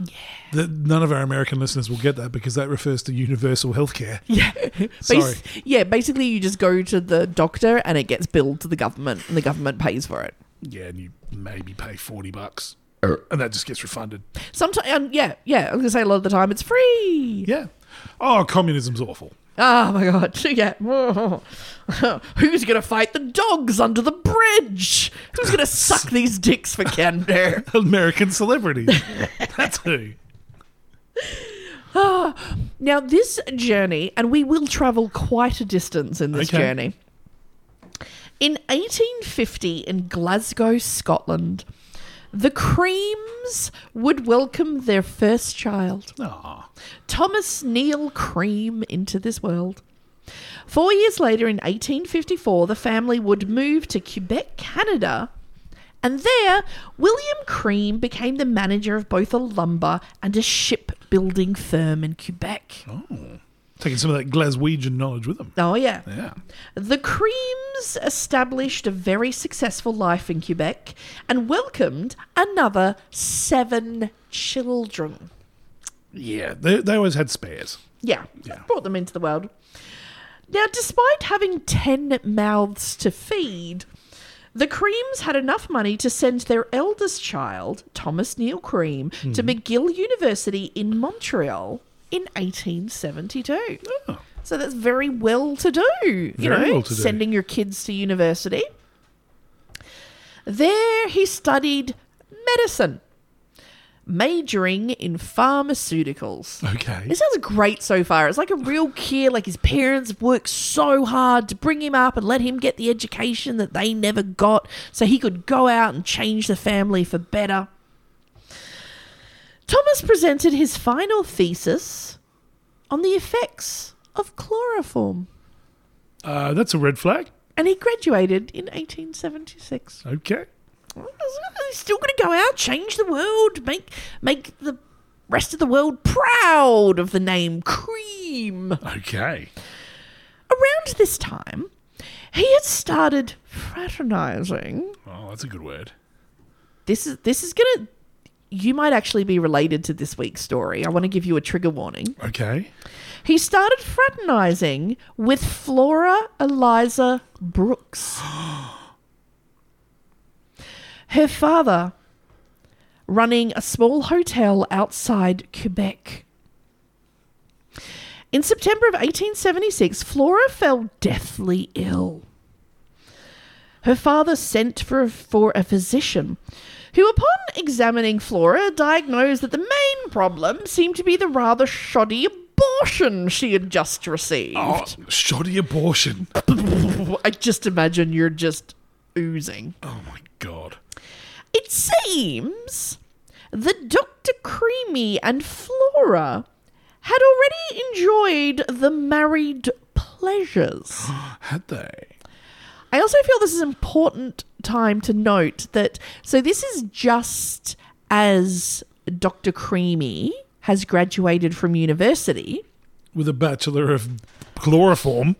[SPEAKER 7] Yeah. none of our American listeners will get that because that refers to universal healthcare.
[SPEAKER 8] Yeah.
[SPEAKER 7] Sorry.
[SPEAKER 8] yeah, basically you just go to the doctor and it gets billed to the government and the government pays for it.
[SPEAKER 7] Yeah, and you maybe pay forty bucks, and that just gets refunded.
[SPEAKER 8] Sometimes um, yeah, yeah, I was going to say a lot of the time it's free.
[SPEAKER 7] Yeah. Oh, communism's awful.
[SPEAKER 8] Oh my god. Yeah. Who's going to fight the dogs under the bridge? Who's going to suck these dicks for Canberra?
[SPEAKER 7] American celebrities. That's who.
[SPEAKER 8] Now, this journey, and we will travel quite a distance in this
[SPEAKER 7] Okay.
[SPEAKER 8] journey. In 1850, in Glasgow, Scotland, the Creams would welcome their first child,
[SPEAKER 7] Ah.
[SPEAKER 8] Thomas Neil Cream, into this world. Four years later, in 1854, the family would move to Quebec, Canada. And there, William Cream became the manager of both a lumber and a shipbuilding firm in Quebec.
[SPEAKER 7] Taking some of that Glaswegian knowledge with them.
[SPEAKER 8] Oh, yeah.
[SPEAKER 7] Yeah.
[SPEAKER 8] The Creams established a very successful life in Quebec and welcomed another seven children.
[SPEAKER 7] Yeah. They, they always had spares.
[SPEAKER 8] Yeah, brought them into the world. Now, despite having 10 mouths to feed, the Creams had enough money to send their eldest child, Thomas Neil Cream, to McGill University in Montreal in 1872. So that's very well to do. You
[SPEAKER 7] Very
[SPEAKER 8] know,
[SPEAKER 7] well-to-do.
[SPEAKER 8] sending your kids to university. There he studied medicine, majoring in pharmaceuticals.
[SPEAKER 7] Okay.
[SPEAKER 8] It sounds great so far. It's like a real kid. Like his parents worked so hard to bring him up and let him get the education that they never got so he could go out and change the family for better. Thomas presented his final thesis on the effects of chloroform
[SPEAKER 7] Uh, that's a red flag.
[SPEAKER 8] and he graduated in 1876.
[SPEAKER 7] Okay.
[SPEAKER 8] He's still going to go out, change the world, make make the rest of the world proud of the name cream.
[SPEAKER 7] Okay.
[SPEAKER 8] Around this time, he had started fraternizing.
[SPEAKER 7] Oh, that's a good word.
[SPEAKER 8] This is this is gonna. You might actually be related to this week's story. I want to give you a trigger warning.
[SPEAKER 7] Okay.
[SPEAKER 8] He started fraternizing with Flora Eliza Brooks. Her father running a small hotel outside Quebec. In September of 1876, Flora fell deathly ill. Her father sent for a, for a physician, who, upon examining Flora, diagnosed that the main problem seemed to be the rather shoddy abortion she had just received.
[SPEAKER 7] Oh, shoddy abortion.
[SPEAKER 8] I just imagine you're just oozing.
[SPEAKER 7] Oh my god.
[SPEAKER 8] It seems that Dr. Creamy and Flora had already enjoyed the married pleasures.
[SPEAKER 7] Had they?
[SPEAKER 8] I also feel this is an important time to note that so this is just as Dr. Creamy has graduated from university.
[SPEAKER 7] With a bachelor of chloroform.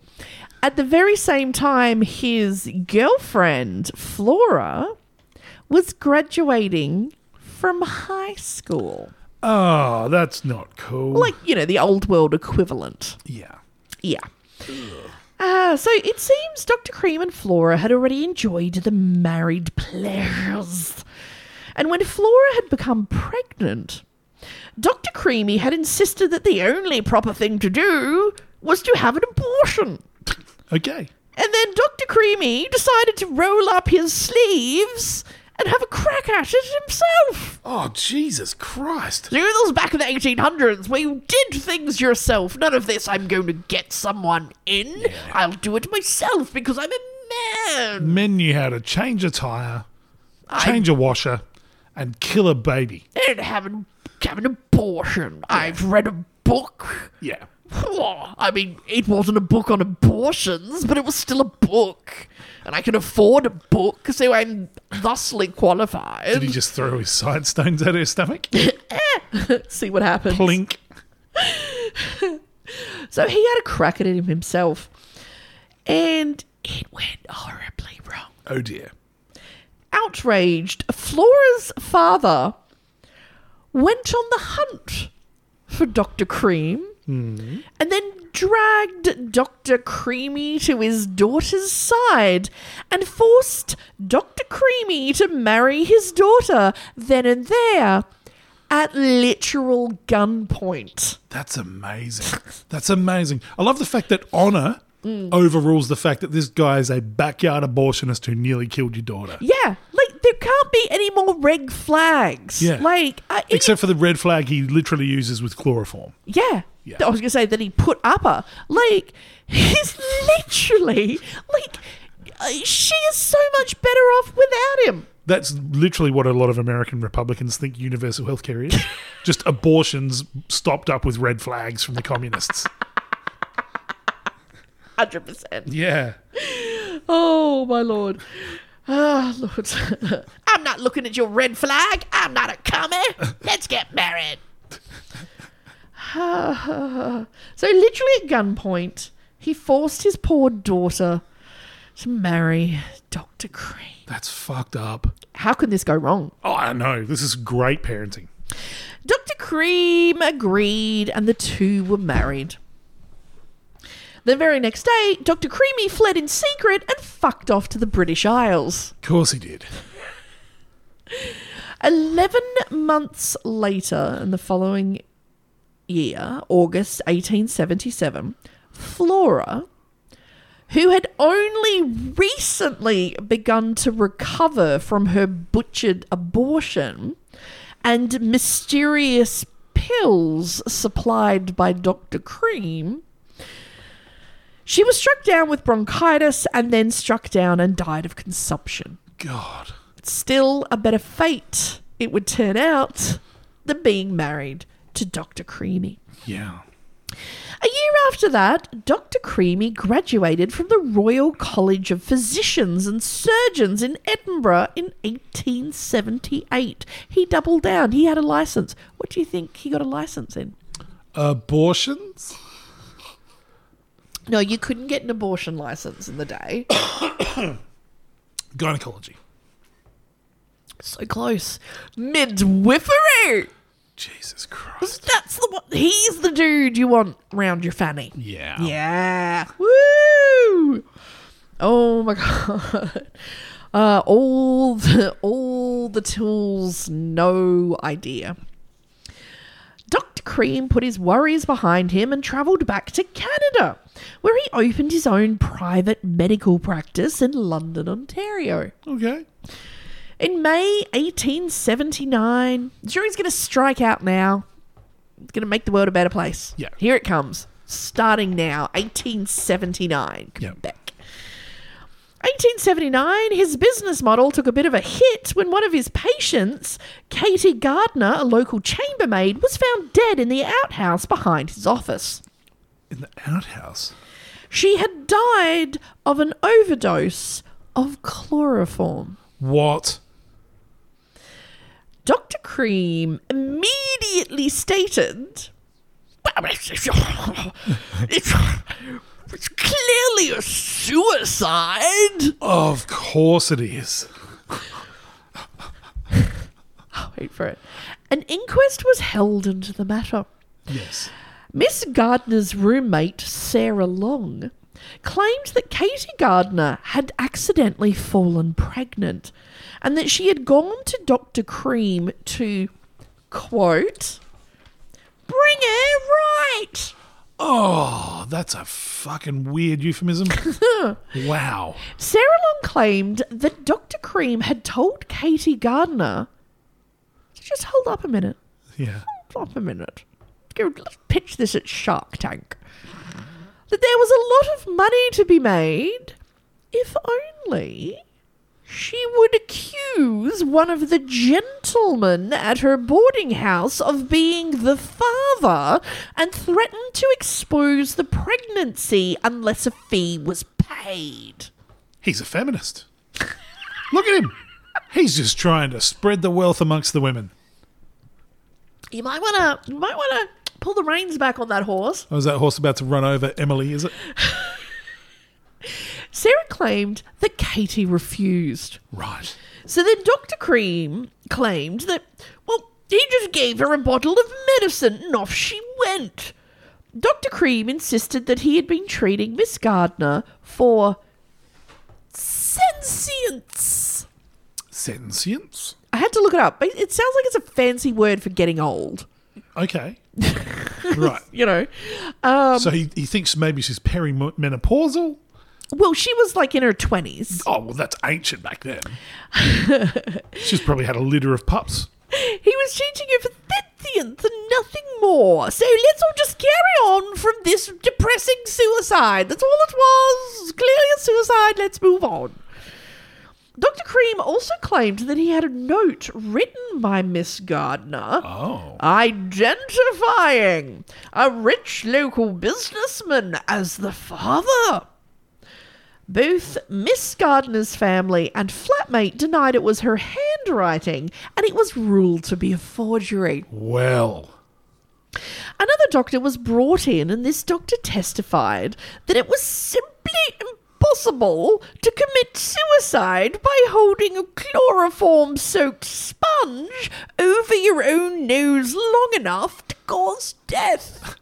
[SPEAKER 8] At the very same time, his girlfriend, Flora, was graduating from high school.
[SPEAKER 7] Oh, that's not cool.
[SPEAKER 8] Like, you know, the old world equivalent.
[SPEAKER 7] yeah.
[SPEAKER 8] Yeah. Uh, so it seems Dr. Cream and Flora had already enjoyed the married pleasures. And when Flora had become pregnant, Dr. Creamy had insisted that the only proper thing to do was to have an abortion.
[SPEAKER 7] Okay.
[SPEAKER 8] And then Dr. Creamy decided to roll up his sleeves and have a crack at it himself.
[SPEAKER 7] Oh, Jesus Christ.
[SPEAKER 8] You know, this was back in the 1800s where you did things yourself. None of this, I'm going to get someone in. I'll do it myself because I'm a man.
[SPEAKER 7] Men knew how to change a tire, change a washer, and kill a baby.
[SPEAKER 8] And have an, have an abortion. I've read a book.
[SPEAKER 7] Yeah.
[SPEAKER 8] I mean, it wasn't a book on abortions, but it was still a book. And I can afford a book, so I'm thusly qualified.
[SPEAKER 7] Did he just throw his side stones at her stomach?
[SPEAKER 8] See what happens.
[SPEAKER 7] Plink.
[SPEAKER 8] So he had a crack at him himself. And it went horribly wrong.
[SPEAKER 7] Oh, dear.
[SPEAKER 8] Outraged, Flora's father went on the hunt for Dr. Cream
[SPEAKER 7] Hmm.
[SPEAKER 8] and then dragged Dr. Creamy to his daughter's side and forced Dr. Creamy to marry his daughter then and there at literal gunpoint.
[SPEAKER 7] That's amazing. That's amazing. I love the fact that honor overrules the fact that this guy is a backyard abortionist who nearly killed your daughter.
[SPEAKER 8] Yeah, like there can't be any more red flags.
[SPEAKER 7] Yeah.
[SPEAKER 8] like uh, it-
[SPEAKER 7] Except for the red flag he literally uses with chloroform.
[SPEAKER 8] yeah.
[SPEAKER 7] Yeah.
[SPEAKER 8] I was gonna say that he put upper. Like he's literally like uh, she is so much better off without him.
[SPEAKER 7] That's literally what a lot of American Republicans think universal health care is. Just abortions stopped up with red flags from the communists.
[SPEAKER 8] Hundred percent.
[SPEAKER 7] Yeah.
[SPEAKER 8] Oh my lord. Ah, Lord. I'm not looking at your red flag. I'm not a comer. Let's get married. so, literally at gunpoint, he forced his poor daughter to marry Dr. Cream.
[SPEAKER 7] That's fucked up.
[SPEAKER 8] How can this go wrong?
[SPEAKER 7] Oh, I know. This is great parenting.
[SPEAKER 8] Dr. Cream agreed, and the two were married. The very next day, Dr. Creamy fled in secret and fucked off to the British Isles.
[SPEAKER 7] Of course he did.
[SPEAKER 8] 11 months later, in the following year, August 1877, Flora, who had only recently begun to recover from her butchered abortion and mysterious pills supplied by Dr. Cream, she was struck down with bronchitis and then struck down and died of consumption
[SPEAKER 7] God.
[SPEAKER 8] still a better fate, it would turn out, than being married to Dr. Creamy.
[SPEAKER 7] Yeah.
[SPEAKER 8] A year after that, Dr. Creamy graduated from the Royal College of Physicians and Surgeons in Edinburgh in 1878. He doubled down, he had a license. What do you think he got a license in?
[SPEAKER 7] Abortions?
[SPEAKER 8] No, you couldn't get an abortion license in the day.
[SPEAKER 7] Gynecology.
[SPEAKER 8] so close. Midwifery!
[SPEAKER 7] Jesus Christ.
[SPEAKER 8] That's the one. He's the dude you want round your fanny.
[SPEAKER 7] Yeah.
[SPEAKER 8] Yeah. Woo! Oh my god. Uh, all the all the tools, no idea. Dr. Cream put his worries behind him and travelled back to Canada, where he opened his own private medical practice in London, Ontario.
[SPEAKER 7] Okay.
[SPEAKER 8] In May 1879, jury's going to strike out now. It's going to make the world a better place.
[SPEAKER 7] Yeah.
[SPEAKER 8] Here it comes. Starting now, 1879.
[SPEAKER 7] Yeah.
[SPEAKER 8] Quebec. 1879, his business model took a bit of a hit when one of his patients, Katie Gardner, a local chambermaid, was found dead in the outhouse behind his office.
[SPEAKER 7] In the outhouse.
[SPEAKER 8] She had died of an overdose of chloroform.
[SPEAKER 7] What?
[SPEAKER 8] Dr. Cream immediately stated it's, it's clearly a suicide.
[SPEAKER 7] Of course it is.
[SPEAKER 8] Wait for it. An inquest was held into the matter.
[SPEAKER 7] Yes.
[SPEAKER 8] Miss Gardner's roommate, Sarah Long, claimed that Katie Gardner had accidentally fallen pregnant and that she had gone to Dr. Cream to, quote, bring her right.
[SPEAKER 7] Oh, that's a fucking weird euphemism. wow.
[SPEAKER 8] Sarah Long claimed that Dr. Cream had told Katie Gardner, just hold up a minute.
[SPEAKER 7] Yeah.
[SPEAKER 8] Stop a minute. Go, let's pitch this at Shark Tank. That there was a lot of money to be made if only she would accuse one of the gentlemen at her boarding house of being the father and threaten to expose the pregnancy unless a fee was paid.
[SPEAKER 7] He's a feminist. Look at him. He's just trying to spread the wealth amongst the women.
[SPEAKER 8] You might wanna you might wanna pull the reins back on that horse.
[SPEAKER 7] Oh, is that horse about to run over Emily, is it?
[SPEAKER 8] Sarah claimed that Katie refused.
[SPEAKER 7] Right.
[SPEAKER 8] So then Dr. Cream claimed that, well, he just gave her a bottle of medicine and off she went. Dr. Cream insisted that he had been treating Miss Gardner for sentience.
[SPEAKER 7] Sentience.
[SPEAKER 8] I had to look it up. but It sounds like it's a fancy word for getting old,
[SPEAKER 7] Okay. right.
[SPEAKER 8] you know.
[SPEAKER 7] so he, he thinks maybe she's perimenopausal.
[SPEAKER 8] Well, she was like in her 20s.
[SPEAKER 7] Oh, well, that's ancient back then. she's probably had a litter of pups.
[SPEAKER 8] He was cheating her for sentience and nothing more. So let's all just carry on from this depressing suicide. That's all it was. Clearly a suicide. Let's move on. Dr. Cream also claimed that he had a note written by Miss Gardner
[SPEAKER 7] Oh.
[SPEAKER 8] identifying a rich local businessman as the father. Both Miss Gardner's family and flatmate denied it was her handwriting, and it was ruled to be a forgery.
[SPEAKER 7] Well.
[SPEAKER 8] Another doctor was brought in, and this doctor testified that it was simply impossible to commit suicide by holding a chloroform soaked sponge over your own nose long enough to cause death.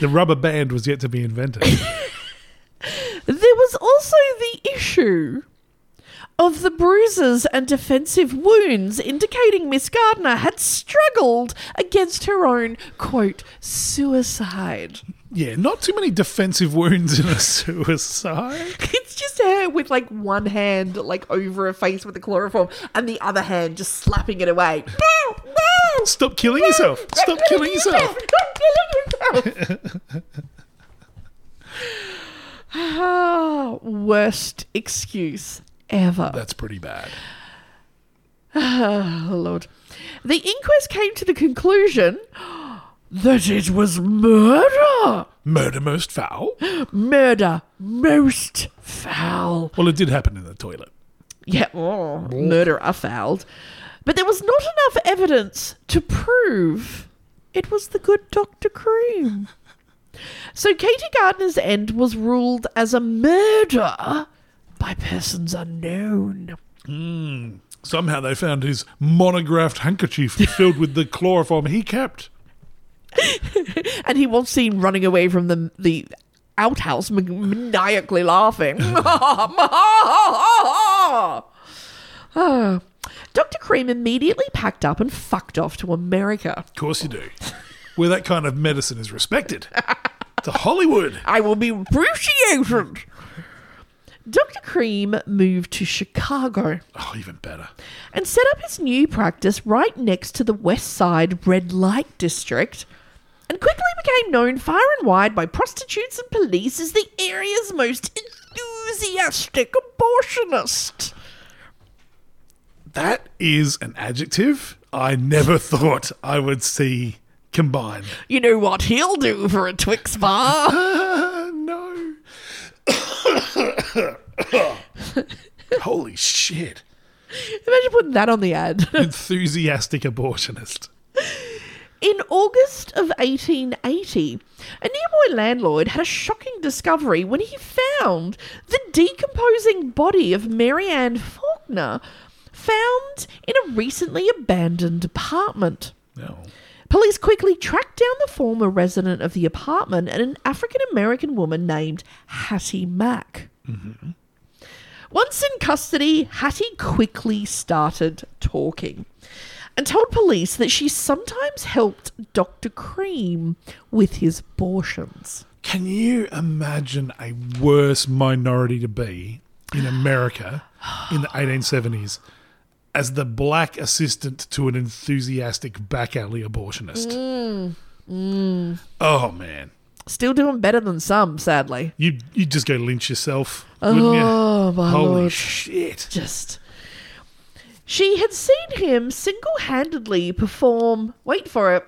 [SPEAKER 7] The rubber band was yet to be invented.
[SPEAKER 8] There was also the issue. Of the bruises and defensive wounds, indicating Miss Gardner had struggled against her own, quote, suicide.
[SPEAKER 7] yeah, not too many defensive wounds in a suicide.
[SPEAKER 8] It's just her with like one hand like over her face with the chloroform and the other hand just slapping it away. No, no!
[SPEAKER 7] Stop killing yourself. Stop killing yourself.
[SPEAKER 8] Stop killing yourself. Ah, worst excuse ever.
[SPEAKER 7] That's pretty bad.
[SPEAKER 8] Oh, Lord. The inquest came to the conclusion that it was murder.
[SPEAKER 7] Murder most foul.
[SPEAKER 8] Murder most foul.
[SPEAKER 7] Well, it did happen in the toilet.
[SPEAKER 8] Yeah, oh, murder afouled. But there was not enough evidence to prove it was the good Dr. Cream. So Katie Gardner's end was ruled as a murder by persons unknown.
[SPEAKER 7] Somehow they found his monographed handkerchief filled with the chloroform he kept.
[SPEAKER 8] And he was seen running away from the, the outhouse man- maniacally laughing. Ah. Dr. Cream immediately packed up and fucked off to America.
[SPEAKER 7] Of course you do. Where that kind of medicine is respected. to Hollywood.
[SPEAKER 8] I will be appreciated. Dr. Cream moved to Chicago
[SPEAKER 7] Oh, even better.
[SPEAKER 8] and set up his new practice right next to the West Side Red Light District and quickly became known far and wide by prostitutes and police as the area's most enthusiastic abortionist.
[SPEAKER 7] That is an adjective I never thought I would see combined.
[SPEAKER 8] You know what he'll do for a Twix bar?
[SPEAKER 7] Uh, no. Holy shit.
[SPEAKER 8] Imagine putting that on the ad.
[SPEAKER 7] Enthusiastic abortionist.
[SPEAKER 8] In August of 1880, a nearby landlord had a shocking discovery when he found the decomposing body of Mary Ann Faulkner found in a recently abandoned apartment.
[SPEAKER 7] No.
[SPEAKER 8] Police quickly tracked down the former resident of the apartment and an African American woman named Hattie Mack. Once in custody, Hattie quickly started talking and told police that she sometimes helped Dr. Cream with his abortions.
[SPEAKER 7] Can you imagine a worse minority to be in America in the 1870s as the black assistant to an enthusiastic back alley abortionist? Oh, man.
[SPEAKER 8] Still doing better than some, sadly.
[SPEAKER 7] You, you'd just go lynch yourself, wouldn't you?
[SPEAKER 8] Oh, my
[SPEAKER 7] Holy
[SPEAKER 8] lord.
[SPEAKER 7] shit.
[SPEAKER 8] Just. She had seen him single handedly perform, wait for it,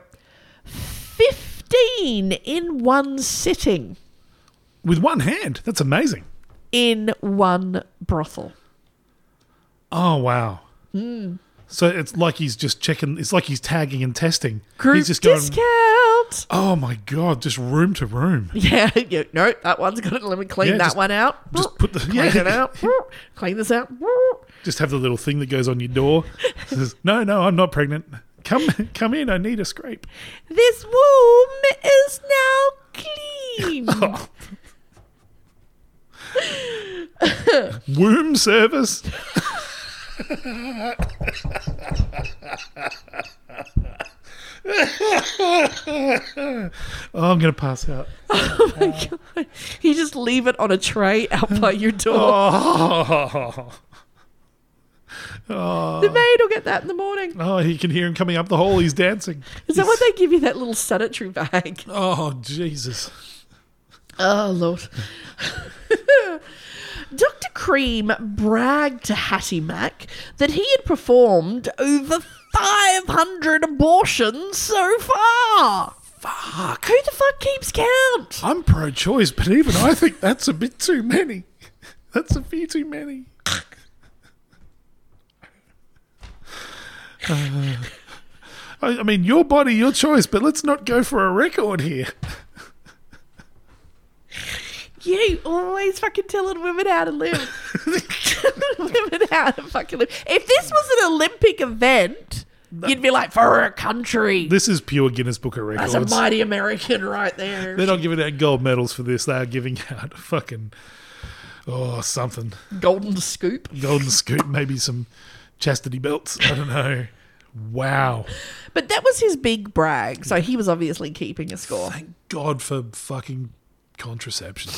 [SPEAKER 8] 15 in one sitting
[SPEAKER 7] With one hand. That's amazing.
[SPEAKER 8] in one brothel.
[SPEAKER 7] Oh wow.
[SPEAKER 8] Hmm.
[SPEAKER 7] So it's like he's just checking. It's like he's tagging and testing.
[SPEAKER 8] Group
[SPEAKER 7] he's just going.
[SPEAKER 8] discount.
[SPEAKER 7] Oh my god! Just room to room.
[SPEAKER 8] Yeah, yeah, no, that one's got it. Let me clean
[SPEAKER 7] Yeah,
[SPEAKER 8] that
[SPEAKER 7] just-
[SPEAKER 8] one out.
[SPEAKER 7] just put the-
[SPEAKER 8] clean
[SPEAKER 7] yeah.
[SPEAKER 8] it out. clean this out.
[SPEAKER 7] Just have the little thing that goes on your door. Says, no, no, I'm not pregnant. Come, come in. I need a scrape.
[SPEAKER 8] This womb is now clean.
[SPEAKER 7] Oh, Womb service. oh, I'm gonna pass out.
[SPEAKER 8] you just leave it on a tray out by your door.
[SPEAKER 7] Oh.
[SPEAKER 8] The maid will get that in the morning.
[SPEAKER 7] Oh, he can hear him coming up the hall. He's dancing.
[SPEAKER 8] Is that what they give you? That little sanitary bag.
[SPEAKER 7] Oh, Jesus.
[SPEAKER 8] Oh, Lord. Dr. Cream bragged to Hattie Mack that he had performed over 500 abortions so far. Fuck. Who the fuck keeps count?
[SPEAKER 7] I'm pro choice, but even I think that's a bit too many. That's a few too many. Uh, I, I mean, your body, your choice, but let's not go for a record here.
[SPEAKER 8] You always fucking telling women how to live. women how to fucking live. If this was an Olympic event, you'd be like, for a country.
[SPEAKER 7] This is pure Guinness Book of
[SPEAKER 8] That's a
[SPEAKER 7] Records.
[SPEAKER 8] mighty American right there.
[SPEAKER 7] They're not giving out gold medals for this. They are giving out fucking, oh, something.
[SPEAKER 8] Golden scoop.
[SPEAKER 7] Golden scoop, maybe some chastity belts. I don't know. Wow.
[SPEAKER 8] But that was his big brag, so he was obviously keeping a score.
[SPEAKER 7] Thank God for fucking contraception.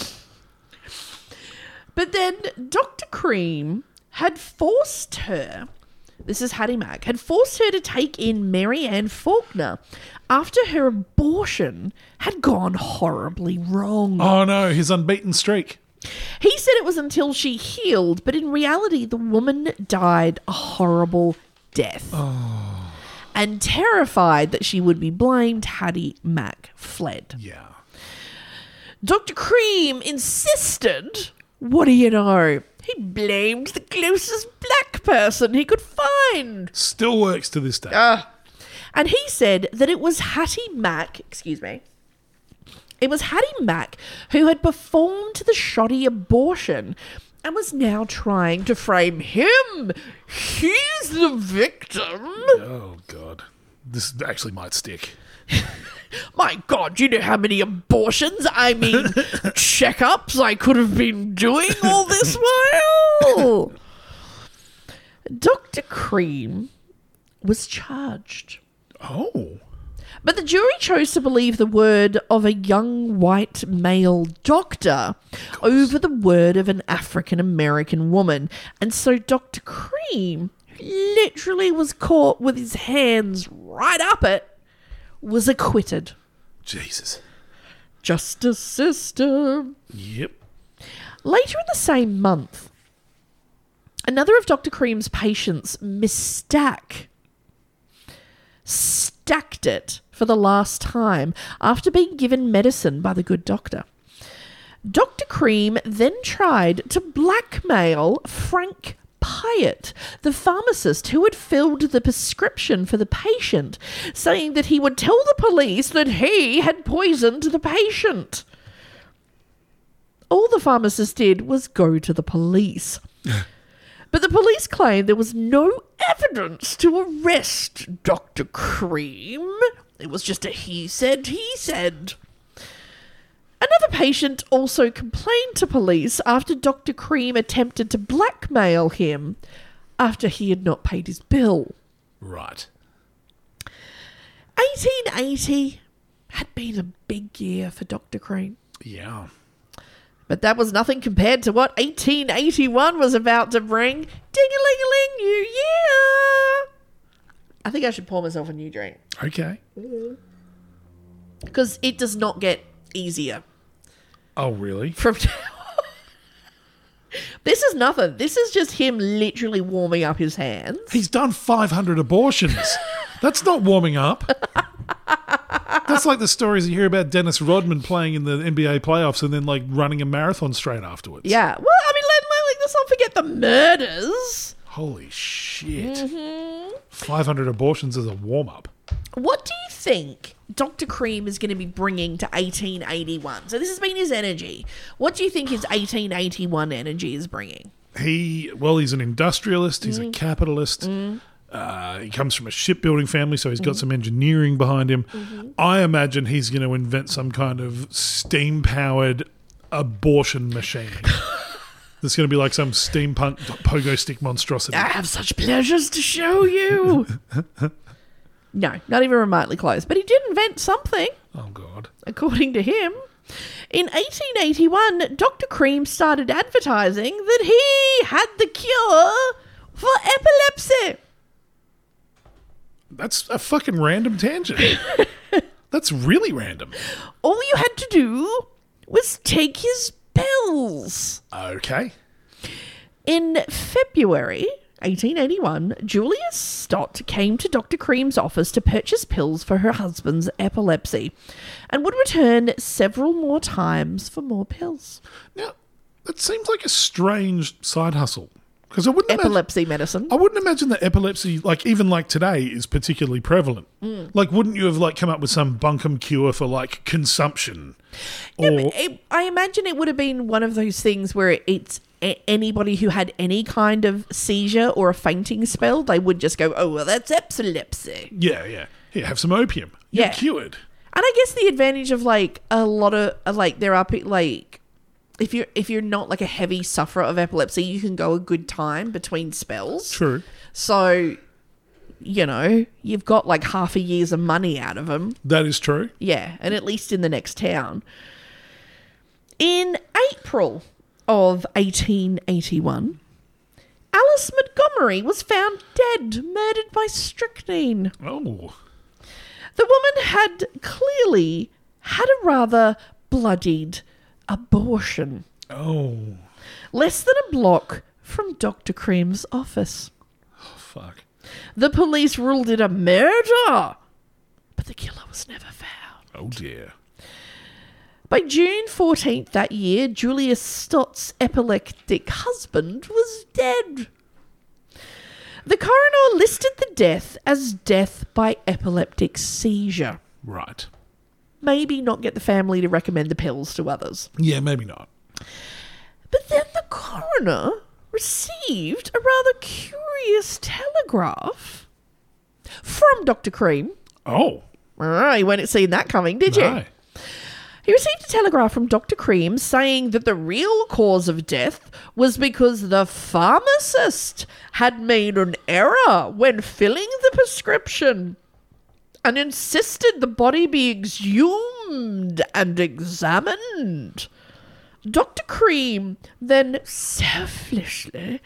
[SPEAKER 8] But then Dr. Cream had forced her, this is Hattie Mack, had forced her to take in Mary Ann Faulkner after her abortion had gone horribly wrong.
[SPEAKER 7] Oh no, his unbeaten streak.
[SPEAKER 8] He said it was until she healed, but in reality, the woman died a horrible death.
[SPEAKER 7] Oh.
[SPEAKER 8] And terrified that she would be blamed, Hattie Mack fled.
[SPEAKER 7] Yeah.
[SPEAKER 8] Dr. Cream insisted. What do you know? He blamed the closest black person he could find.
[SPEAKER 7] Still works to this day.
[SPEAKER 8] And he said that it was Hattie Mack, excuse me, it was Hattie Mack who had performed the shoddy abortion and was now trying to frame him. He's the victim.
[SPEAKER 7] oh god. This actually might stick.
[SPEAKER 8] My God, you know how many abortions, I mean, checkups I could have been doing all this while? Dr. Cream was charged.
[SPEAKER 7] Oh.
[SPEAKER 8] But the jury chose to believe the word of a young white male doctor over the word of an African American woman. And so Dr. Cream, who literally was caught with his hands right up it, was acquitted.
[SPEAKER 7] Jesus.
[SPEAKER 8] Justice system.
[SPEAKER 7] Yep.
[SPEAKER 8] Later in the same month, another of Dr. Cream's patients, Miss Stack, stacked it for the last time after being given medicine by the good doctor. Dr. Cream then tried to blackmail Frank Pyatt, the pharmacist who had filled the prescription for the patient, saying that he would tell the police that he had poisoned the patient all the pharmacist did was go to the police. but the police claimed there was no evidence to arrest Dr. Cream. It was just a he said, he said. Another patient also complained to police after Dr. Cream attempted to blackmail him after he had not paid his bill.
[SPEAKER 7] Right.
[SPEAKER 8] 1880 had been a big year for Dr. Cream.
[SPEAKER 7] Yeah.
[SPEAKER 8] But that was nothing compared to what 1881 was about to bring. Ding a ling a ling, new year! I think I should pour myself a new drink
[SPEAKER 7] Okay.
[SPEAKER 8] because it does not get easier
[SPEAKER 7] Oh, really?
[SPEAKER 8] from now. on. this is nothing. This is just him literally warming up his hands.
[SPEAKER 7] He's done 500 abortions. That's not warming up. That's like the stories you hear about Dennis Rodman playing in the NBA playoffs and then like running a marathon straight afterwards.
[SPEAKER 8] Yeah. Well, I mean, let, let, let- let's not forget the murders.
[SPEAKER 7] Holy shit. 500 abortions as a warm up.
[SPEAKER 8] What do you think Dr. Cream is going to be bringing to 1881? So this has been his energy. What do you think his 1881 energy is bringing?
[SPEAKER 7] He, well, he's an industrialist, he's a capitalist. Uh, he comes from a shipbuilding family, so he's got some engineering behind him. I imagine he's going to invent some kind of steam powered abortion machine. There's going to be like some steampunk pogo stick monstrosity.
[SPEAKER 8] I have such pleasures to show you. no, not even remotely close. But he did invent something,
[SPEAKER 7] Oh, God.
[SPEAKER 8] according to him. In 1881, Dr. Cream started advertising that he had the cure for epilepsy.
[SPEAKER 7] That's a fucking random tangent. That's really random.
[SPEAKER 8] All you had to do was take his pills.
[SPEAKER 7] Okay.
[SPEAKER 8] In February 1881, Julia Stott came to Dr. Cream's office to purchase pills for her husband's epilepsy and would return several more times for more pills.
[SPEAKER 7] Now, that seems like a strange side hustle because I wouldn't imagine- Oh.
[SPEAKER 8] Epilepsy medicine.
[SPEAKER 7] I wouldn't imagine that epilepsy, like even like today, is particularly prevalent.
[SPEAKER 8] Mm.
[SPEAKER 7] Like, wouldn't you have like come up with some bunkum cure for like consumption? Or
[SPEAKER 8] It- I imagine it would have been one of those things where it's a- anybody who had any kind of seizure or a fainting spell, they would just go, oh, well, that's epilepsy.
[SPEAKER 7] yeah, yeah, here have some opium. You're
[SPEAKER 8] Yeah.
[SPEAKER 7] cured.
[SPEAKER 8] And I guess the advantage of like a lot of uh, like there are pe- like if you're if you're not like a heavy sufferer of epilepsy, you can go a good time between spells.
[SPEAKER 7] True.
[SPEAKER 8] So, you know, you've got like half a year's of money out of them.
[SPEAKER 7] That is true.
[SPEAKER 8] Yeah, and at least in the next town. In April of 1881, Alice Montgomery was found dead, murdered by strychnine.
[SPEAKER 7] Oh,
[SPEAKER 8] The woman had clearly had a rather bloodied abortion
[SPEAKER 7] oh,
[SPEAKER 8] less than a block from Dr. Cream's office.
[SPEAKER 7] fuck.
[SPEAKER 8] The police ruled it a murder, but the killer was never found.
[SPEAKER 7] Oh dear.
[SPEAKER 8] By June 14th that year, Julius Stott's epileptic husband was dead. The coroner listed the death as death by epileptic seizure.
[SPEAKER 7] Right.
[SPEAKER 8] Maybe not get the family to recommend the pills to others.
[SPEAKER 7] Yeah, maybe not.
[SPEAKER 8] But then the coroner received a rather curious telegraph from Dr. Cream.
[SPEAKER 7] Oh,
[SPEAKER 8] Ah, you weren't seeing that coming, did you?
[SPEAKER 7] no.
[SPEAKER 8] He received a telegraph from Dr. Cream saying that the real cause of death was because the pharmacist had made an error when filling the prescription and insisted the body be exhumed and examined. Dr. Cream then selfishly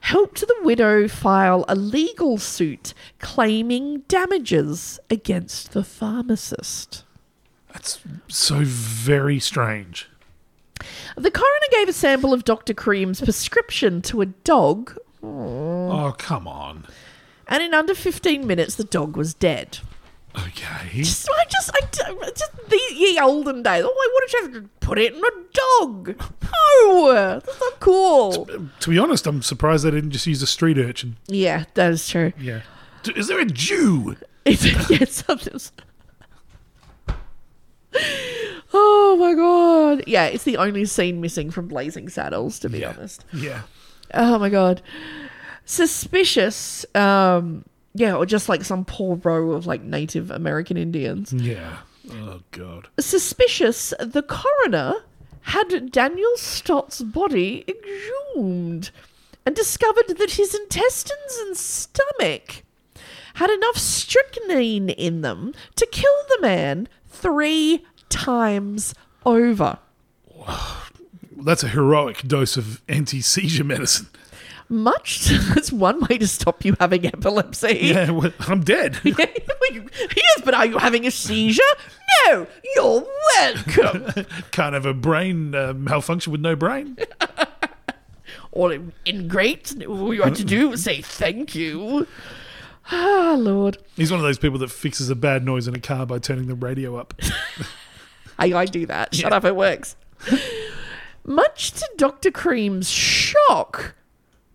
[SPEAKER 8] helped the widow file a legal suit claiming damages against the pharmacist.
[SPEAKER 7] That's so very strange.
[SPEAKER 8] The coroner gave a sample of Dr. Cream's prescription to a dog, Mm.
[SPEAKER 7] Oh, come on.
[SPEAKER 8] and in under 15 minutes, the dog was dead.
[SPEAKER 7] Okay.
[SPEAKER 8] Just, I just, I d- just these ye olden days. Oh, why would you have to put it in a dog? No, that's not cool.
[SPEAKER 7] To be honest, I'm surprised they didn't just use a street urchin.
[SPEAKER 8] Yeah, that is true.
[SPEAKER 7] Yeah. Is there a Jew?
[SPEAKER 8] It's, yeah, it's something. Oh my god! Yeah, it's the only scene missing from Blazing Saddles, to be honest.
[SPEAKER 7] Yeah.
[SPEAKER 8] Oh my god, suspicious. Um, yeah, or just like some poor row of like Native American Indians.
[SPEAKER 7] Yeah. Oh, God.
[SPEAKER 8] Suspicious. The coroner had Daniel Stott's body exhumed and discovered that his intestines and stomach had enough strychnine in them to kill the man three times over.
[SPEAKER 7] That's a heroic dose of anti seizure medicine.
[SPEAKER 8] Much that's one way to stop you having epilepsy.
[SPEAKER 7] Yeah, well, I'm dead.
[SPEAKER 8] yes, but are you having a seizure? No, you're welcome.
[SPEAKER 7] Can't have a brain uh, malfunction with no brain.
[SPEAKER 8] Or in, in great, all you had to do was say thank you. Ah, Lord.
[SPEAKER 7] He's one of those people that fixes a bad noise in a car by turning the radio up.
[SPEAKER 8] I, I do that. Shut up, it works. Much to Dr. Cream's shock,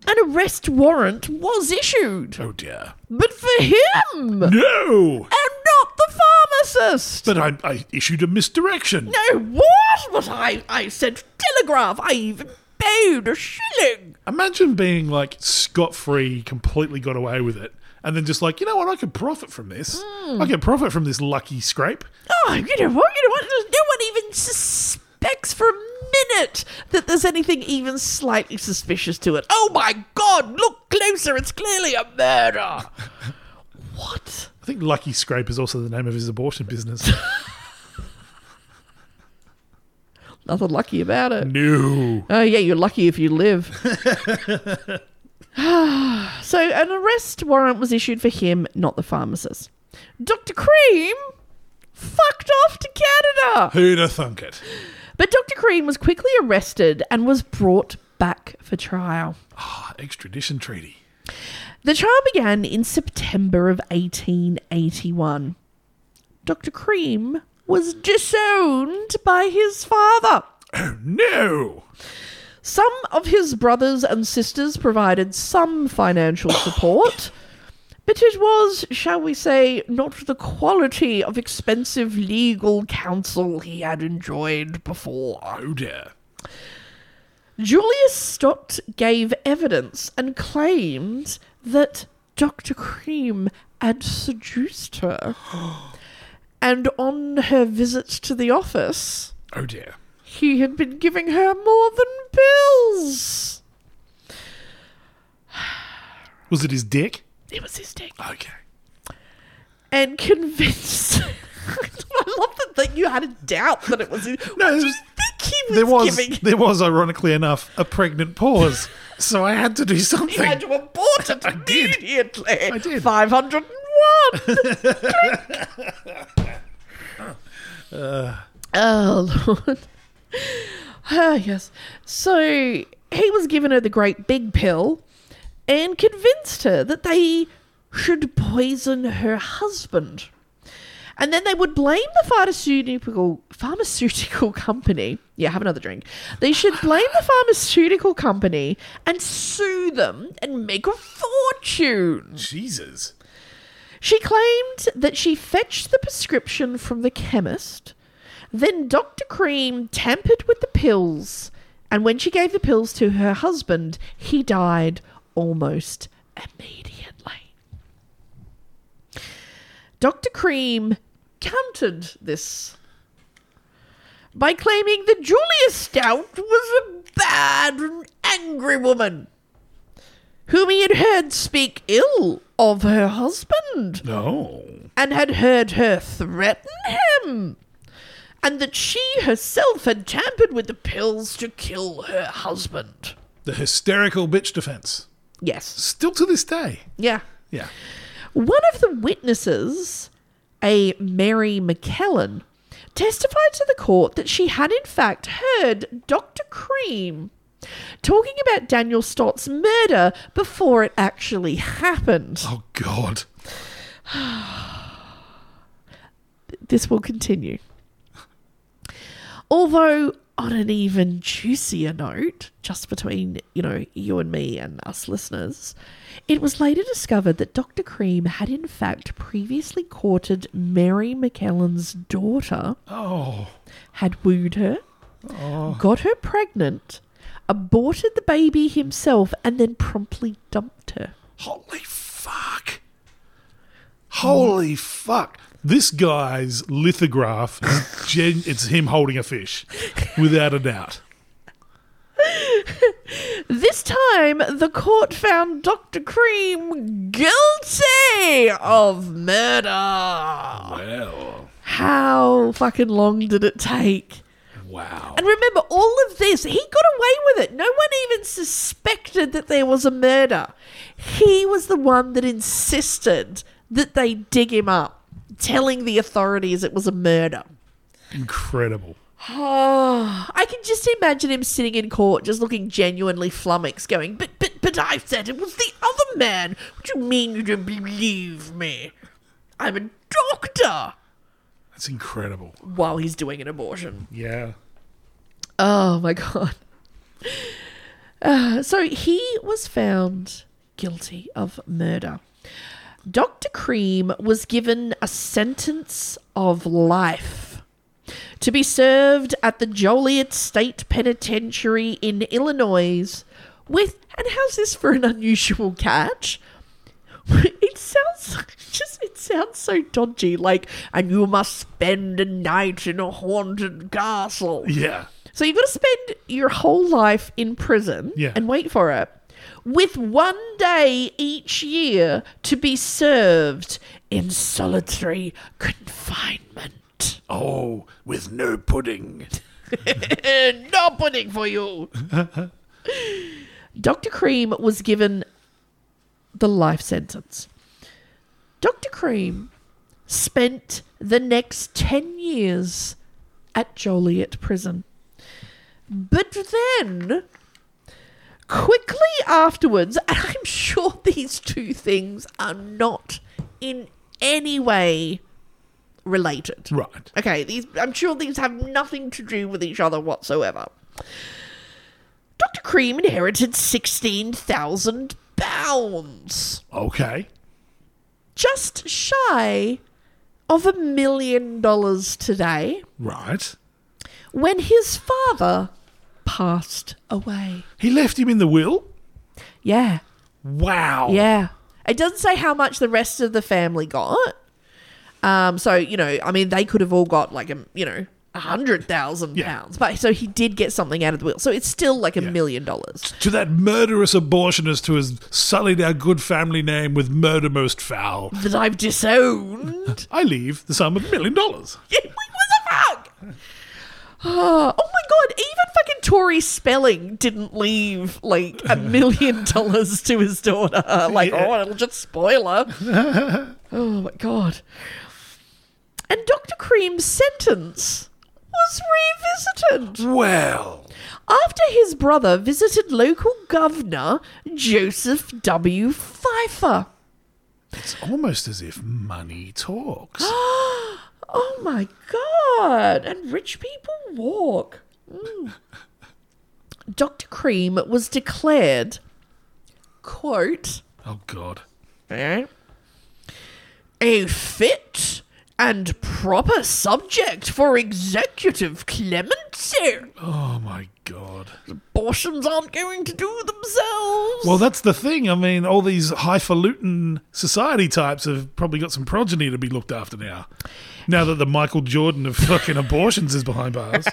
[SPEAKER 8] an arrest warrant was issued,
[SPEAKER 7] Oh, dear.
[SPEAKER 8] but for him and
[SPEAKER 7] No!
[SPEAKER 8] not the pharmacist.
[SPEAKER 7] But I, I issued a misdirection.
[SPEAKER 8] no, what? But I, I sent telegraph. I even paid a shilling.
[SPEAKER 7] Imagine being like scot free, completely got away with it, and then just like, you know what, I could profit from this. I could profit from this lucky scrape.
[SPEAKER 8] Oh, you know what? You know what? There's- No one even suspects for a minute that there's anything even slightly suspicious to it. Oh my God! Look closer. It's clearly a murder. what?
[SPEAKER 7] I think Lucky Scrape is also the name of his abortion business.
[SPEAKER 8] Nothing lucky about it.
[SPEAKER 7] no.
[SPEAKER 8] Oh, yeah, you're lucky if you live. so, an arrest warrant was issued for him, not the pharmacist. Dr. Cream fucked off to Canada.
[SPEAKER 7] Who'd have thunk it?
[SPEAKER 8] But Dr. Cream was quickly arrested and was brought back for trial.
[SPEAKER 7] Ah, extradition treaty.
[SPEAKER 8] The trial began in September of 1881. Dr. Cream was disowned by his father.
[SPEAKER 7] No.
[SPEAKER 8] Some of his brothers and sisters provided some financial support, but it was, shall we say, not the quality of expensive legal counsel he had enjoyed before.
[SPEAKER 7] Oh dear.
[SPEAKER 8] Julius Stott gave evidence and claimed that Dr. Cream had seduced her. And on her visits to the office,
[SPEAKER 7] Oh dear.
[SPEAKER 8] he had been giving her more than pills.
[SPEAKER 7] Was it his dick?
[SPEAKER 8] It was his dick.
[SPEAKER 7] Okay.
[SPEAKER 8] And convinced. I love that, that you had a doubt that it was his.
[SPEAKER 7] No,
[SPEAKER 8] What
[SPEAKER 7] it
[SPEAKER 8] do you
[SPEAKER 7] was-
[SPEAKER 8] think he was,
[SPEAKER 7] There was
[SPEAKER 8] giving?
[SPEAKER 7] there was ironically enough a pregnant pause, so I had to do something.
[SPEAKER 8] He had to abort it
[SPEAKER 7] I did.
[SPEAKER 8] immediately. I
[SPEAKER 7] did.
[SPEAKER 8] 501. Click. Oh, Lord. Ah, yes. So he was giving her the great big pill and convinced her that they should poison her husband. And then they would blame the pharmaceutical pharmaceutical company. Yeah, have another drink. They should blame the pharmaceutical company and sue them and make a fortune.
[SPEAKER 7] Jesus.
[SPEAKER 8] She claimed that she fetched the prescription from the chemist. Then Dr. Cream tampered with the pills, and when she gave the pills to her husband, he died almost immediately. Dr. Cream countered this. by claiming that Julia Stout was a bad and angry woman whom he had heard speak ill of her husband
[SPEAKER 7] No.
[SPEAKER 8] and had heard her threaten him, and that she herself had tampered with the pills to kill her husband.
[SPEAKER 7] The hysterical bitch defense.
[SPEAKER 8] Yes.
[SPEAKER 7] Still to this day.
[SPEAKER 8] Yeah.
[SPEAKER 7] Yeah.
[SPEAKER 8] One of the witnesses, a Mary McKellen, testified to the court that she had in fact heard Dr. Cream talking about Daniel Stott's murder before it actually happened.
[SPEAKER 7] Oh, God.
[SPEAKER 8] this will continue. Although on an even juicier note, just between, you know, you and me and us listeners, it was later discovered that Dr. Cream had in fact previously courted Mary McKellen's daughter,
[SPEAKER 7] Oh.
[SPEAKER 8] had wooed her, got her pregnant, aborted the baby himself, and then promptly dumped her.
[SPEAKER 7] Holy fuck. Holy fuck. This guy's lithograph, is gen- it's him holding a fish, without a doubt.
[SPEAKER 8] This time, the court found Dr. Cream guilty of murder.
[SPEAKER 7] Well,
[SPEAKER 8] How fucking long did it take?
[SPEAKER 7] wow.
[SPEAKER 8] And remember, all of this, he got away with it. No one even suspected that there was a murder. He was the one that insisted that they dig him up, telling the authorities it was a murder.
[SPEAKER 7] Incredible.
[SPEAKER 8] Oh, I can just imagine him sitting in court, just looking genuinely flummoxed, going, "But, but, but I said it was the other man. What do you mean you don't believe me? I'm a doctor."
[SPEAKER 7] That's incredible.
[SPEAKER 8] While he's doing an abortion.
[SPEAKER 7] Yeah.
[SPEAKER 8] Oh my god. Uh, so he was found guilty of murder. Dr. Cream was given a sentence of life to be served at the Joliet State Penitentiary in Illinois with, and how's this for an unusual catch? It sounds just it sounds so dodgy like and you must spend a night in a haunted castle.
[SPEAKER 7] Yeah.
[SPEAKER 8] So you've got to spend your whole life in prison
[SPEAKER 7] Yeah.
[SPEAKER 8] and wait for it, with one day each year to be served in solitary confinement.
[SPEAKER 7] Oh, with no pudding.
[SPEAKER 8] no pudding for you. Dr. Cream was given the life sentence. Dr. Cream spent the next 10 years at Joliet Prison. But then, quickly afterwards, and I'm sure these two things are not in any way related.
[SPEAKER 7] Right.
[SPEAKER 8] Okay, these I'm sure these have nothing to do with each other whatsoever. Dr. Cream inherited 16,000 pounds,
[SPEAKER 7] Okay.
[SPEAKER 8] just shy of a million dollars today,
[SPEAKER 7] Right.
[SPEAKER 8] when his father passed away.
[SPEAKER 7] He left him in the will.
[SPEAKER 8] Yeah,
[SPEAKER 7] Wow.
[SPEAKER 8] yeah. It doesn't say how much the rest of the family got. Um, so you know, I mean, they could have all got like a you know a hundred thousand
[SPEAKER 7] Yeah.
[SPEAKER 8] pounds, but so he did get something out of the will. So it's still like a
[SPEAKER 7] Yeah.
[SPEAKER 8] million dollars.
[SPEAKER 7] To that murderous abortionist who has sullied our good family name with murder most foul,
[SPEAKER 8] that I've disowned.
[SPEAKER 7] I leave the sum of a million dollars.
[SPEAKER 8] Like, what the fuck? Oh, oh my god, even fucking Tori Spelling didn't leave like a million dollars to his daughter. Like,
[SPEAKER 7] Yeah.
[SPEAKER 8] oh, it'll just spoil her. oh my god. And Dr. Cream's sentence was revisited.
[SPEAKER 7] Well.
[SPEAKER 8] After his brother visited local governor Joseph W. Pfeiffer.
[SPEAKER 7] It's almost as if money talks.
[SPEAKER 8] Oh my god! And rich people walk. Mm. Dr. Cream was declared, quote,
[SPEAKER 7] oh, God.
[SPEAKER 8] eh, a fit and proper subject for executive clemency.
[SPEAKER 7] Oh my god.
[SPEAKER 8] Abortions aren't going to do themselves.
[SPEAKER 7] Well, that's the thing. I mean, all these highfalutin society types have probably got some progeny to be looked after now. Now that the Michael Jordan of fucking abortions is behind bars.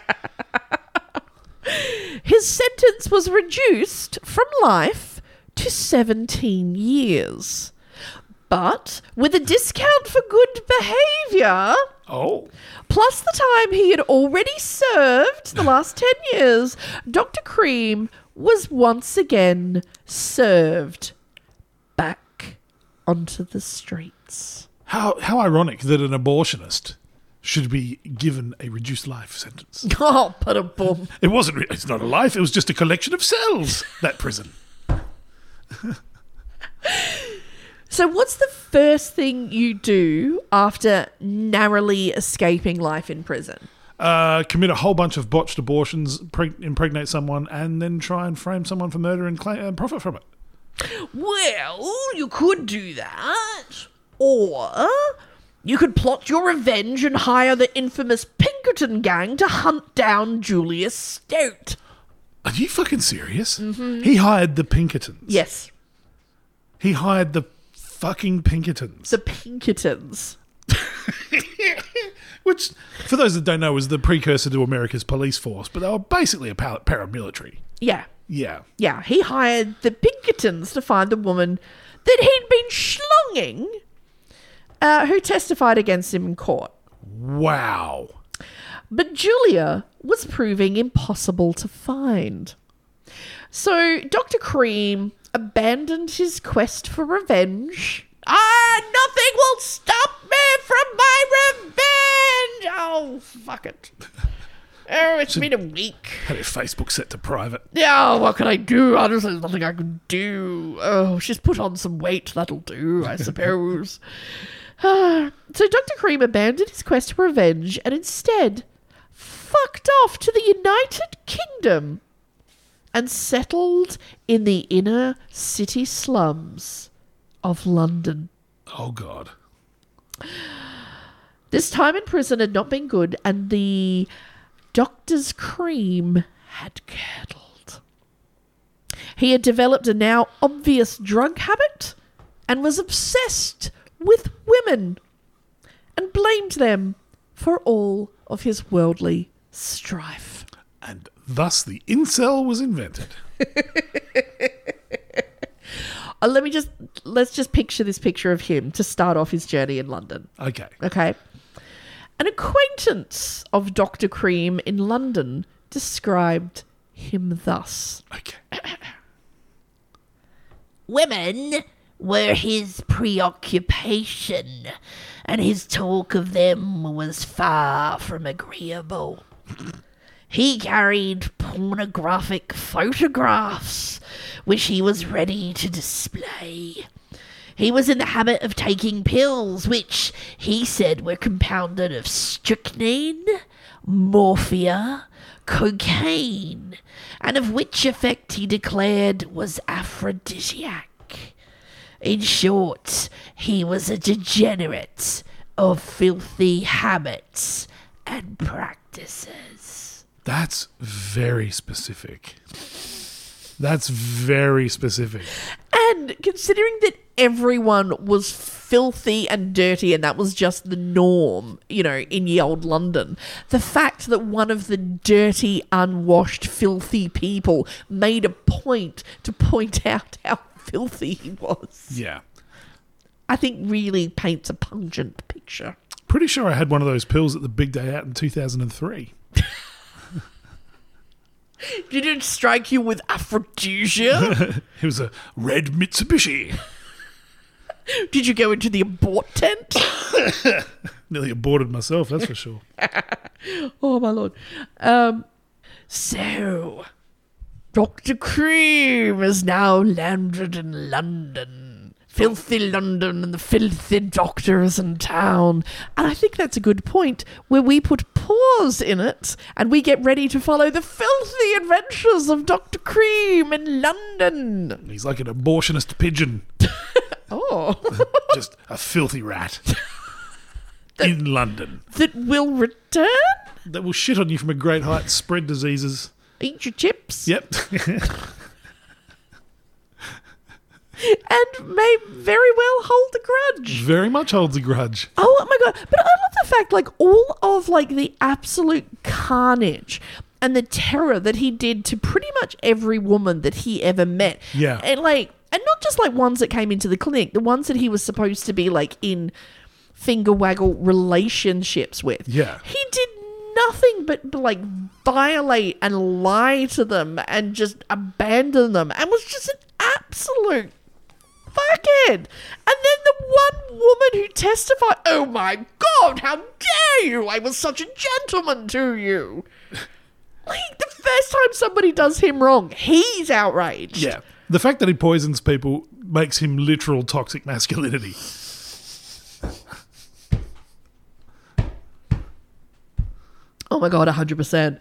[SPEAKER 8] His sentence was reduced from life to 17 years. But with a discount for good behaviour,
[SPEAKER 7] Oh.
[SPEAKER 8] plus the time he had already served the last 10 years, Dr. Cream was once again served back onto the streets.
[SPEAKER 7] How how ironic that an abortionist should be given a reduced life sentence.
[SPEAKER 8] Oh, but a bum.
[SPEAKER 7] It wasn't re- it's not a life, it was just a collection of cells, that prison.
[SPEAKER 8] So, what's the first thing you do after narrowly escaping life in prison?
[SPEAKER 7] Uh, commit a whole bunch of botched abortions, preg- impregnate someone, and then try and frame someone for murder and, claim, and profit from it.
[SPEAKER 8] Well, you could do that. Or you could plot your revenge and hire the infamous Pinkerton gang to hunt down Julius Stout.
[SPEAKER 7] Are you fucking serious? He hired the Pinkertons.
[SPEAKER 8] Yes,
[SPEAKER 7] He hired the fucking Pinkertons.
[SPEAKER 8] the Pinkertons.
[SPEAKER 7] Which, for those that don't know, was the precursor to America's police force, but they were basically a pal- paramilitary.
[SPEAKER 8] Yeah,
[SPEAKER 7] Yeah.
[SPEAKER 8] yeah, he hired the Pinkertons to find the woman that he'd been schlonging uh, who testified against him in court.
[SPEAKER 7] Wow.
[SPEAKER 8] But Julia was proving impossible to find. So Dr. Cream abandoned his quest for revenge. Ah, nothing will stop me from my revenge! Oh, fuck it. Oh, it's been a week.
[SPEAKER 7] Had his Facebook set to private.
[SPEAKER 8] Yeah, what can I do? Honestly, there's nothing I can do. Oh, she's put on some weight. That'll do, I suppose. Ah, so Dr. Cream abandoned his quest for revenge and instead fucked off to the United Kingdom and settled in the inner city slums of London.
[SPEAKER 7] Oh, God.
[SPEAKER 8] This time in prison had not been good, and the doctor's cream had curdled. He had developed a now obvious drug habit and was obsessed with women and blamed them for all of his worldly strife.
[SPEAKER 7] And thus the incel was invented.
[SPEAKER 8] Uh, let me just let's just picture this picture of him to start off his journey in London.
[SPEAKER 7] Okay.
[SPEAKER 8] Okay. An acquaintance of Dr. Cream in London described him thus
[SPEAKER 7] Okay.
[SPEAKER 9] Women were his preoccupation, and his talk of them was far from agreeable. He carried pornographic photographs, which he was ready to display. He was in the habit of taking pills, which he said were compounded of strychnine, morphia, cocaine, and of which effect he declared was aphrodisiac. In short, he was a degenerate of filthy habits and practices.
[SPEAKER 7] That's very specific. That's very specific.
[SPEAKER 8] And considering that everyone was filthy and dirty and that was just the norm, you know, in ye old London, the fact that one of the dirty, unwashed, filthy people made a point to point out how filthy he was,
[SPEAKER 7] Yeah.
[SPEAKER 8] I think really paints a pungent picture.
[SPEAKER 7] Pretty sure I had one of those pills at the big day out in 2003.
[SPEAKER 8] Did it strike you with aphrodisia?
[SPEAKER 7] It was a red Mitsubishi.
[SPEAKER 8] Did you go into the abort tent?
[SPEAKER 7] Nearly aborted myself, that's for sure.
[SPEAKER 8] Oh my lord. Um, so, Doctor Cream is now landed in London. Filthy London and the filthy doctor is in town. And I think that's a good point where we put pause in it and we get ready to follow the filthy adventures of Dr. Cream in London.
[SPEAKER 7] He's like an abortionist pigeon,
[SPEAKER 8] Oh.
[SPEAKER 7] just a filthy rat. in London
[SPEAKER 8] that will return.
[SPEAKER 7] that will shit on you from a great height, spread diseases.
[SPEAKER 8] Eat your chips
[SPEAKER 7] Yep.
[SPEAKER 8] and may very well hold a grudge.
[SPEAKER 7] Very much holds a grudge.
[SPEAKER 8] Oh my god! But I love the fact, like all of like the absolute carnage and the terror that he did to pretty much every woman that he ever met.
[SPEAKER 7] Yeah.
[SPEAKER 8] and like, and not just like ones that came into the clinic, the ones that he was supposed to be like in finger waggle relationships with.
[SPEAKER 7] Yeah.
[SPEAKER 8] he did nothing but, but like violate and lie to them and just abandon them, and was just an absolute fucking. And then the one woman who testified, oh my god, how dare you! I was such a gentleman to you. Like the first time somebody does him wrong, he's outraged.
[SPEAKER 7] Yeah. The fact that he poisons people makes him literal toxic masculinity.
[SPEAKER 8] Oh my god, hundred percent,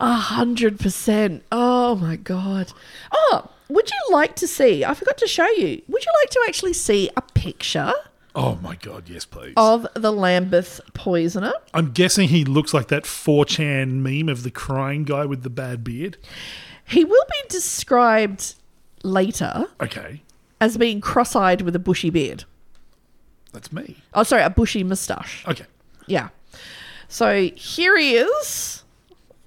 [SPEAKER 8] hundred percent. Oh my god. Oh, would you like to see? I forgot to show you. Would you like to actually see a picture
[SPEAKER 7] Oh my god, yes, please.
[SPEAKER 8] of the Lambeth poisoner?
[SPEAKER 7] I'm guessing he looks like that 4chan meme of the crying guy with the bad beard.
[SPEAKER 8] He will be described later
[SPEAKER 7] Okay,
[SPEAKER 8] as being cross-eyed with a bushy beard.
[SPEAKER 7] that's me.
[SPEAKER 8] Oh, sorry, a bushy moustache.
[SPEAKER 7] Okay.
[SPEAKER 8] Yeah. So here he is,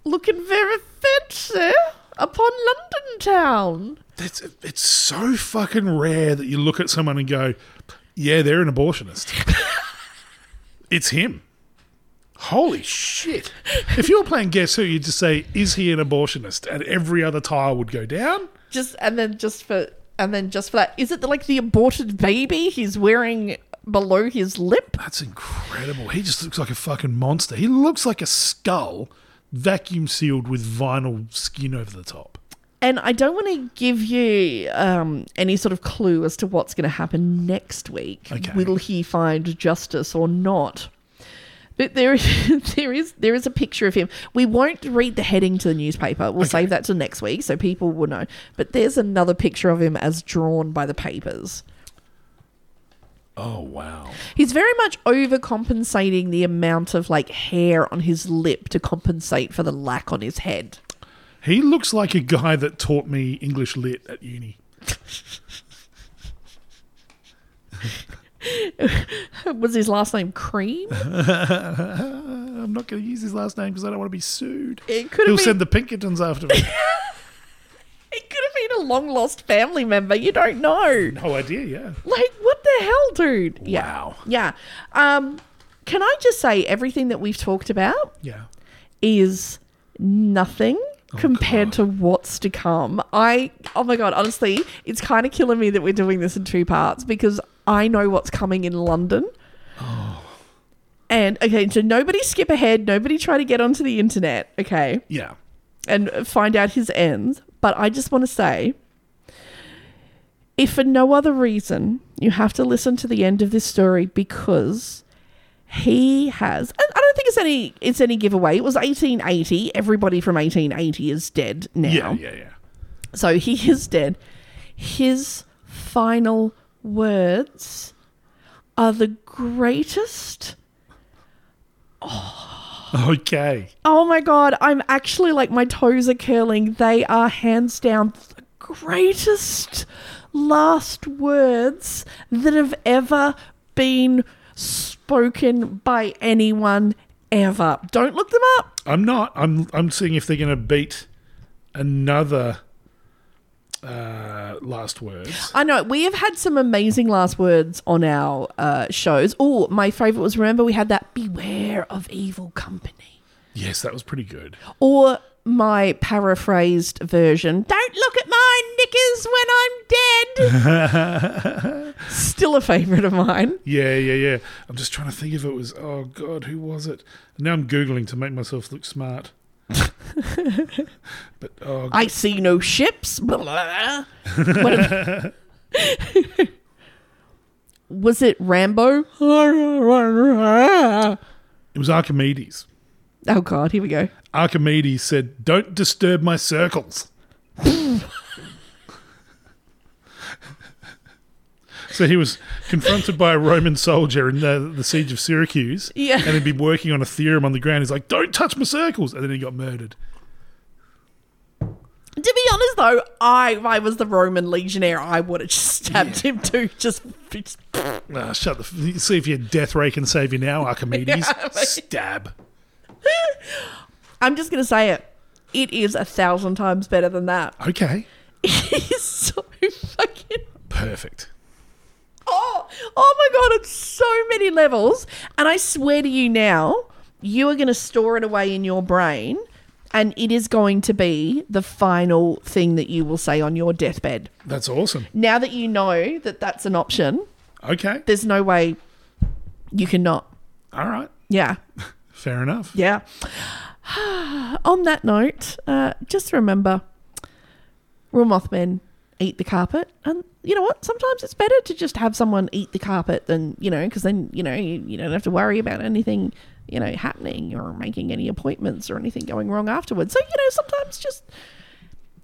[SPEAKER 8] looking very fancy upon London town.
[SPEAKER 7] That's, it's so fucking rare that you look at someone and go, yeah, they're an abortionist. it's him. Holy shit. If you were playing Guess Who, you'd just say, is he an abortionist? And every other tile would go down.
[SPEAKER 8] Just and then just for and then just for that, is it like the aborted baby he's wearing below his lip?
[SPEAKER 7] That's incredible. He just looks like a fucking monster. He looks like a skull vacuum sealed with vinyl skin over the top.
[SPEAKER 8] And I don't want to give you um, any sort of clue as to what's going to happen next week.
[SPEAKER 7] Okay.
[SPEAKER 8] Will he find justice or not? But there is there is there is a picture of him. We won't read the heading to the newspaper. We'll save that till next week, so people will know. But there's another picture of him as drawn by the papers.
[SPEAKER 7] Oh, wow.
[SPEAKER 8] He's very much overcompensating the amount of like hair on his lip to compensate for the lack on his head.
[SPEAKER 7] He looks like a guy that taught me English lit at uni.
[SPEAKER 8] Was his last name Cream?
[SPEAKER 7] Uh, I'm not going to use his last name because I don't want to be sued.
[SPEAKER 8] It could
[SPEAKER 7] He'll
[SPEAKER 8] have been
[SPEAKER 7] send the Pinkertons after me.
[SPEAKER 8] It could have been a long lost family member. You don't know.
[SPEAKER 7] no idea, Oh, yeah.
[SPEAKER 8] Like, what the hell, dude? Yeah.
[SPEAKER 7] Wow.
[SPEAKER 8] Yeah. Um, can I just say everything that we've talked about
[SPEAKER 7] Yeah.
[SPEAKER 8] is nothing compared to what's to come. I, oh my God, honestly, it's kind of killing me that we're doing this in two parts because I know what's coming in London. And okay, so nobody skip ahead, nobody try to get onto the internet, okay?
[SPEAKER 7] Yeah.
[SPEAKER 8] and find out his ends. But I just want to say if for no other reason, you have to listen to the end of this story because he has and I don't think it's any it's any giveaway. It was 1880. Everybody from 1880 is dead now.
[SPEAKER 7] Yeah, yeah, yeah.
[SPEAKER 8] So he is dead. His final words are the greatest
[SPEAKER 7] Okay.
[SPEAKER 8] Oh my god, I'm actually like my toes are curling. They are hands down the greatest last words that have ever been spoken by anyone ever. Don't look them up.
[SPEAKER 7] I'm not. I'm I'm seeing if they're going to beat another uh, last words.
[SPEAKER 8] I know we have had some amazing last words on our uh, shows. Oh, my favorite was remember we had that beware of evil company.
[SPEAKER 7] Yes, that was pretty good.
[SPEAKER 8] Or my paraphrased version, don't look at my knickers when I'm dead. Still a favourite of mine.
[SPEAKER 7] Yeah, yeah, yeah. I'm just trying to think if it was. Oh God, who was it? Now I'm googling to make myself look smart. but oh,
[SPEAKER 8] I see no ships. Blah. What if- Was it Rambo? Oh
[SPEAKER 7] it was Archimedes.
[SPEAKER 8] God, here we go.
[SPEAKER 7] Archimedes said, "Don't disturb my circles." So he was confronted by a Roman soldier in the, the siege of Syracuse.
[SPEAKER 8] Yeah.
[SPEAKER 7] And he'd be working on a theorem on the ground. He's like, don't touch my circles. And then he got murdered.
[SPEAKER 8] To be honest, though, I if I was the Roman legionnaire, I would have just stabbed him too. Just, just
[SPEAKER 7] Ah, shut the. F- see if your death ray can save you now, Archimedes. Stab.
[SPEAKER 8] I'm just gonna say it. It is a thousand times better than that.
[SPEAKER 7] Okay.
[SPEAKER 8] It is so fucking.
[SPEAKER 7] Perfect.
[SPEAKER 8] Oh, oh my god! It's so many levels, and I swear to you now, you are gonna store it away in your brain, and it is going to be the final thing that you will say on your deathbed.
[SPEAKER 7] That's awesome.
[SPEAKER 8] Now that you know that that's an option,
[SPEAKER 7] Okay.
[SPEAKER 8] there's no way you cannot.
[SPEAKER 7] All right.
[SPEAKER 8] Yeah.
[SPEAKER 7] Fair enough.
[SPEAKER 8] Yeah. On that note, uh, just remember, real mothmen eat the carpet, and you know what? Sometimes it's better to just have someone eat the carpet than you know, because then you know you, you don't have to worry about anything you know happening or making any appointments or anything going wrong afterwards. So you know, sometimes just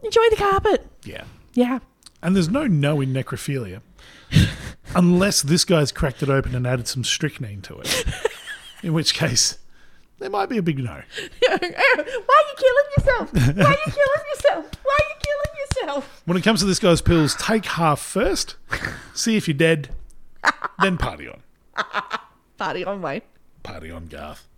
[SPEAKER 8] enjoy the carpet.
[SPEAKER 7] Yeah.
[SPEAKER 8] Yeah.
[SPEAKER 7] And there's no no in necrophilia. unless this guy's cracked it open and added some strychnine to it. in which case, there might be a big no.
[SPEAKER 8] Why are you killing yourself? Why are you killing yourself? Why are you killing yourself?
[SPEAKER 7] When it comes to this guy's pills, take half first, see if you're dead, then party on.
[SPEAKER 8] Party on, mate.
[SPEAKER 7] Party on, Garth.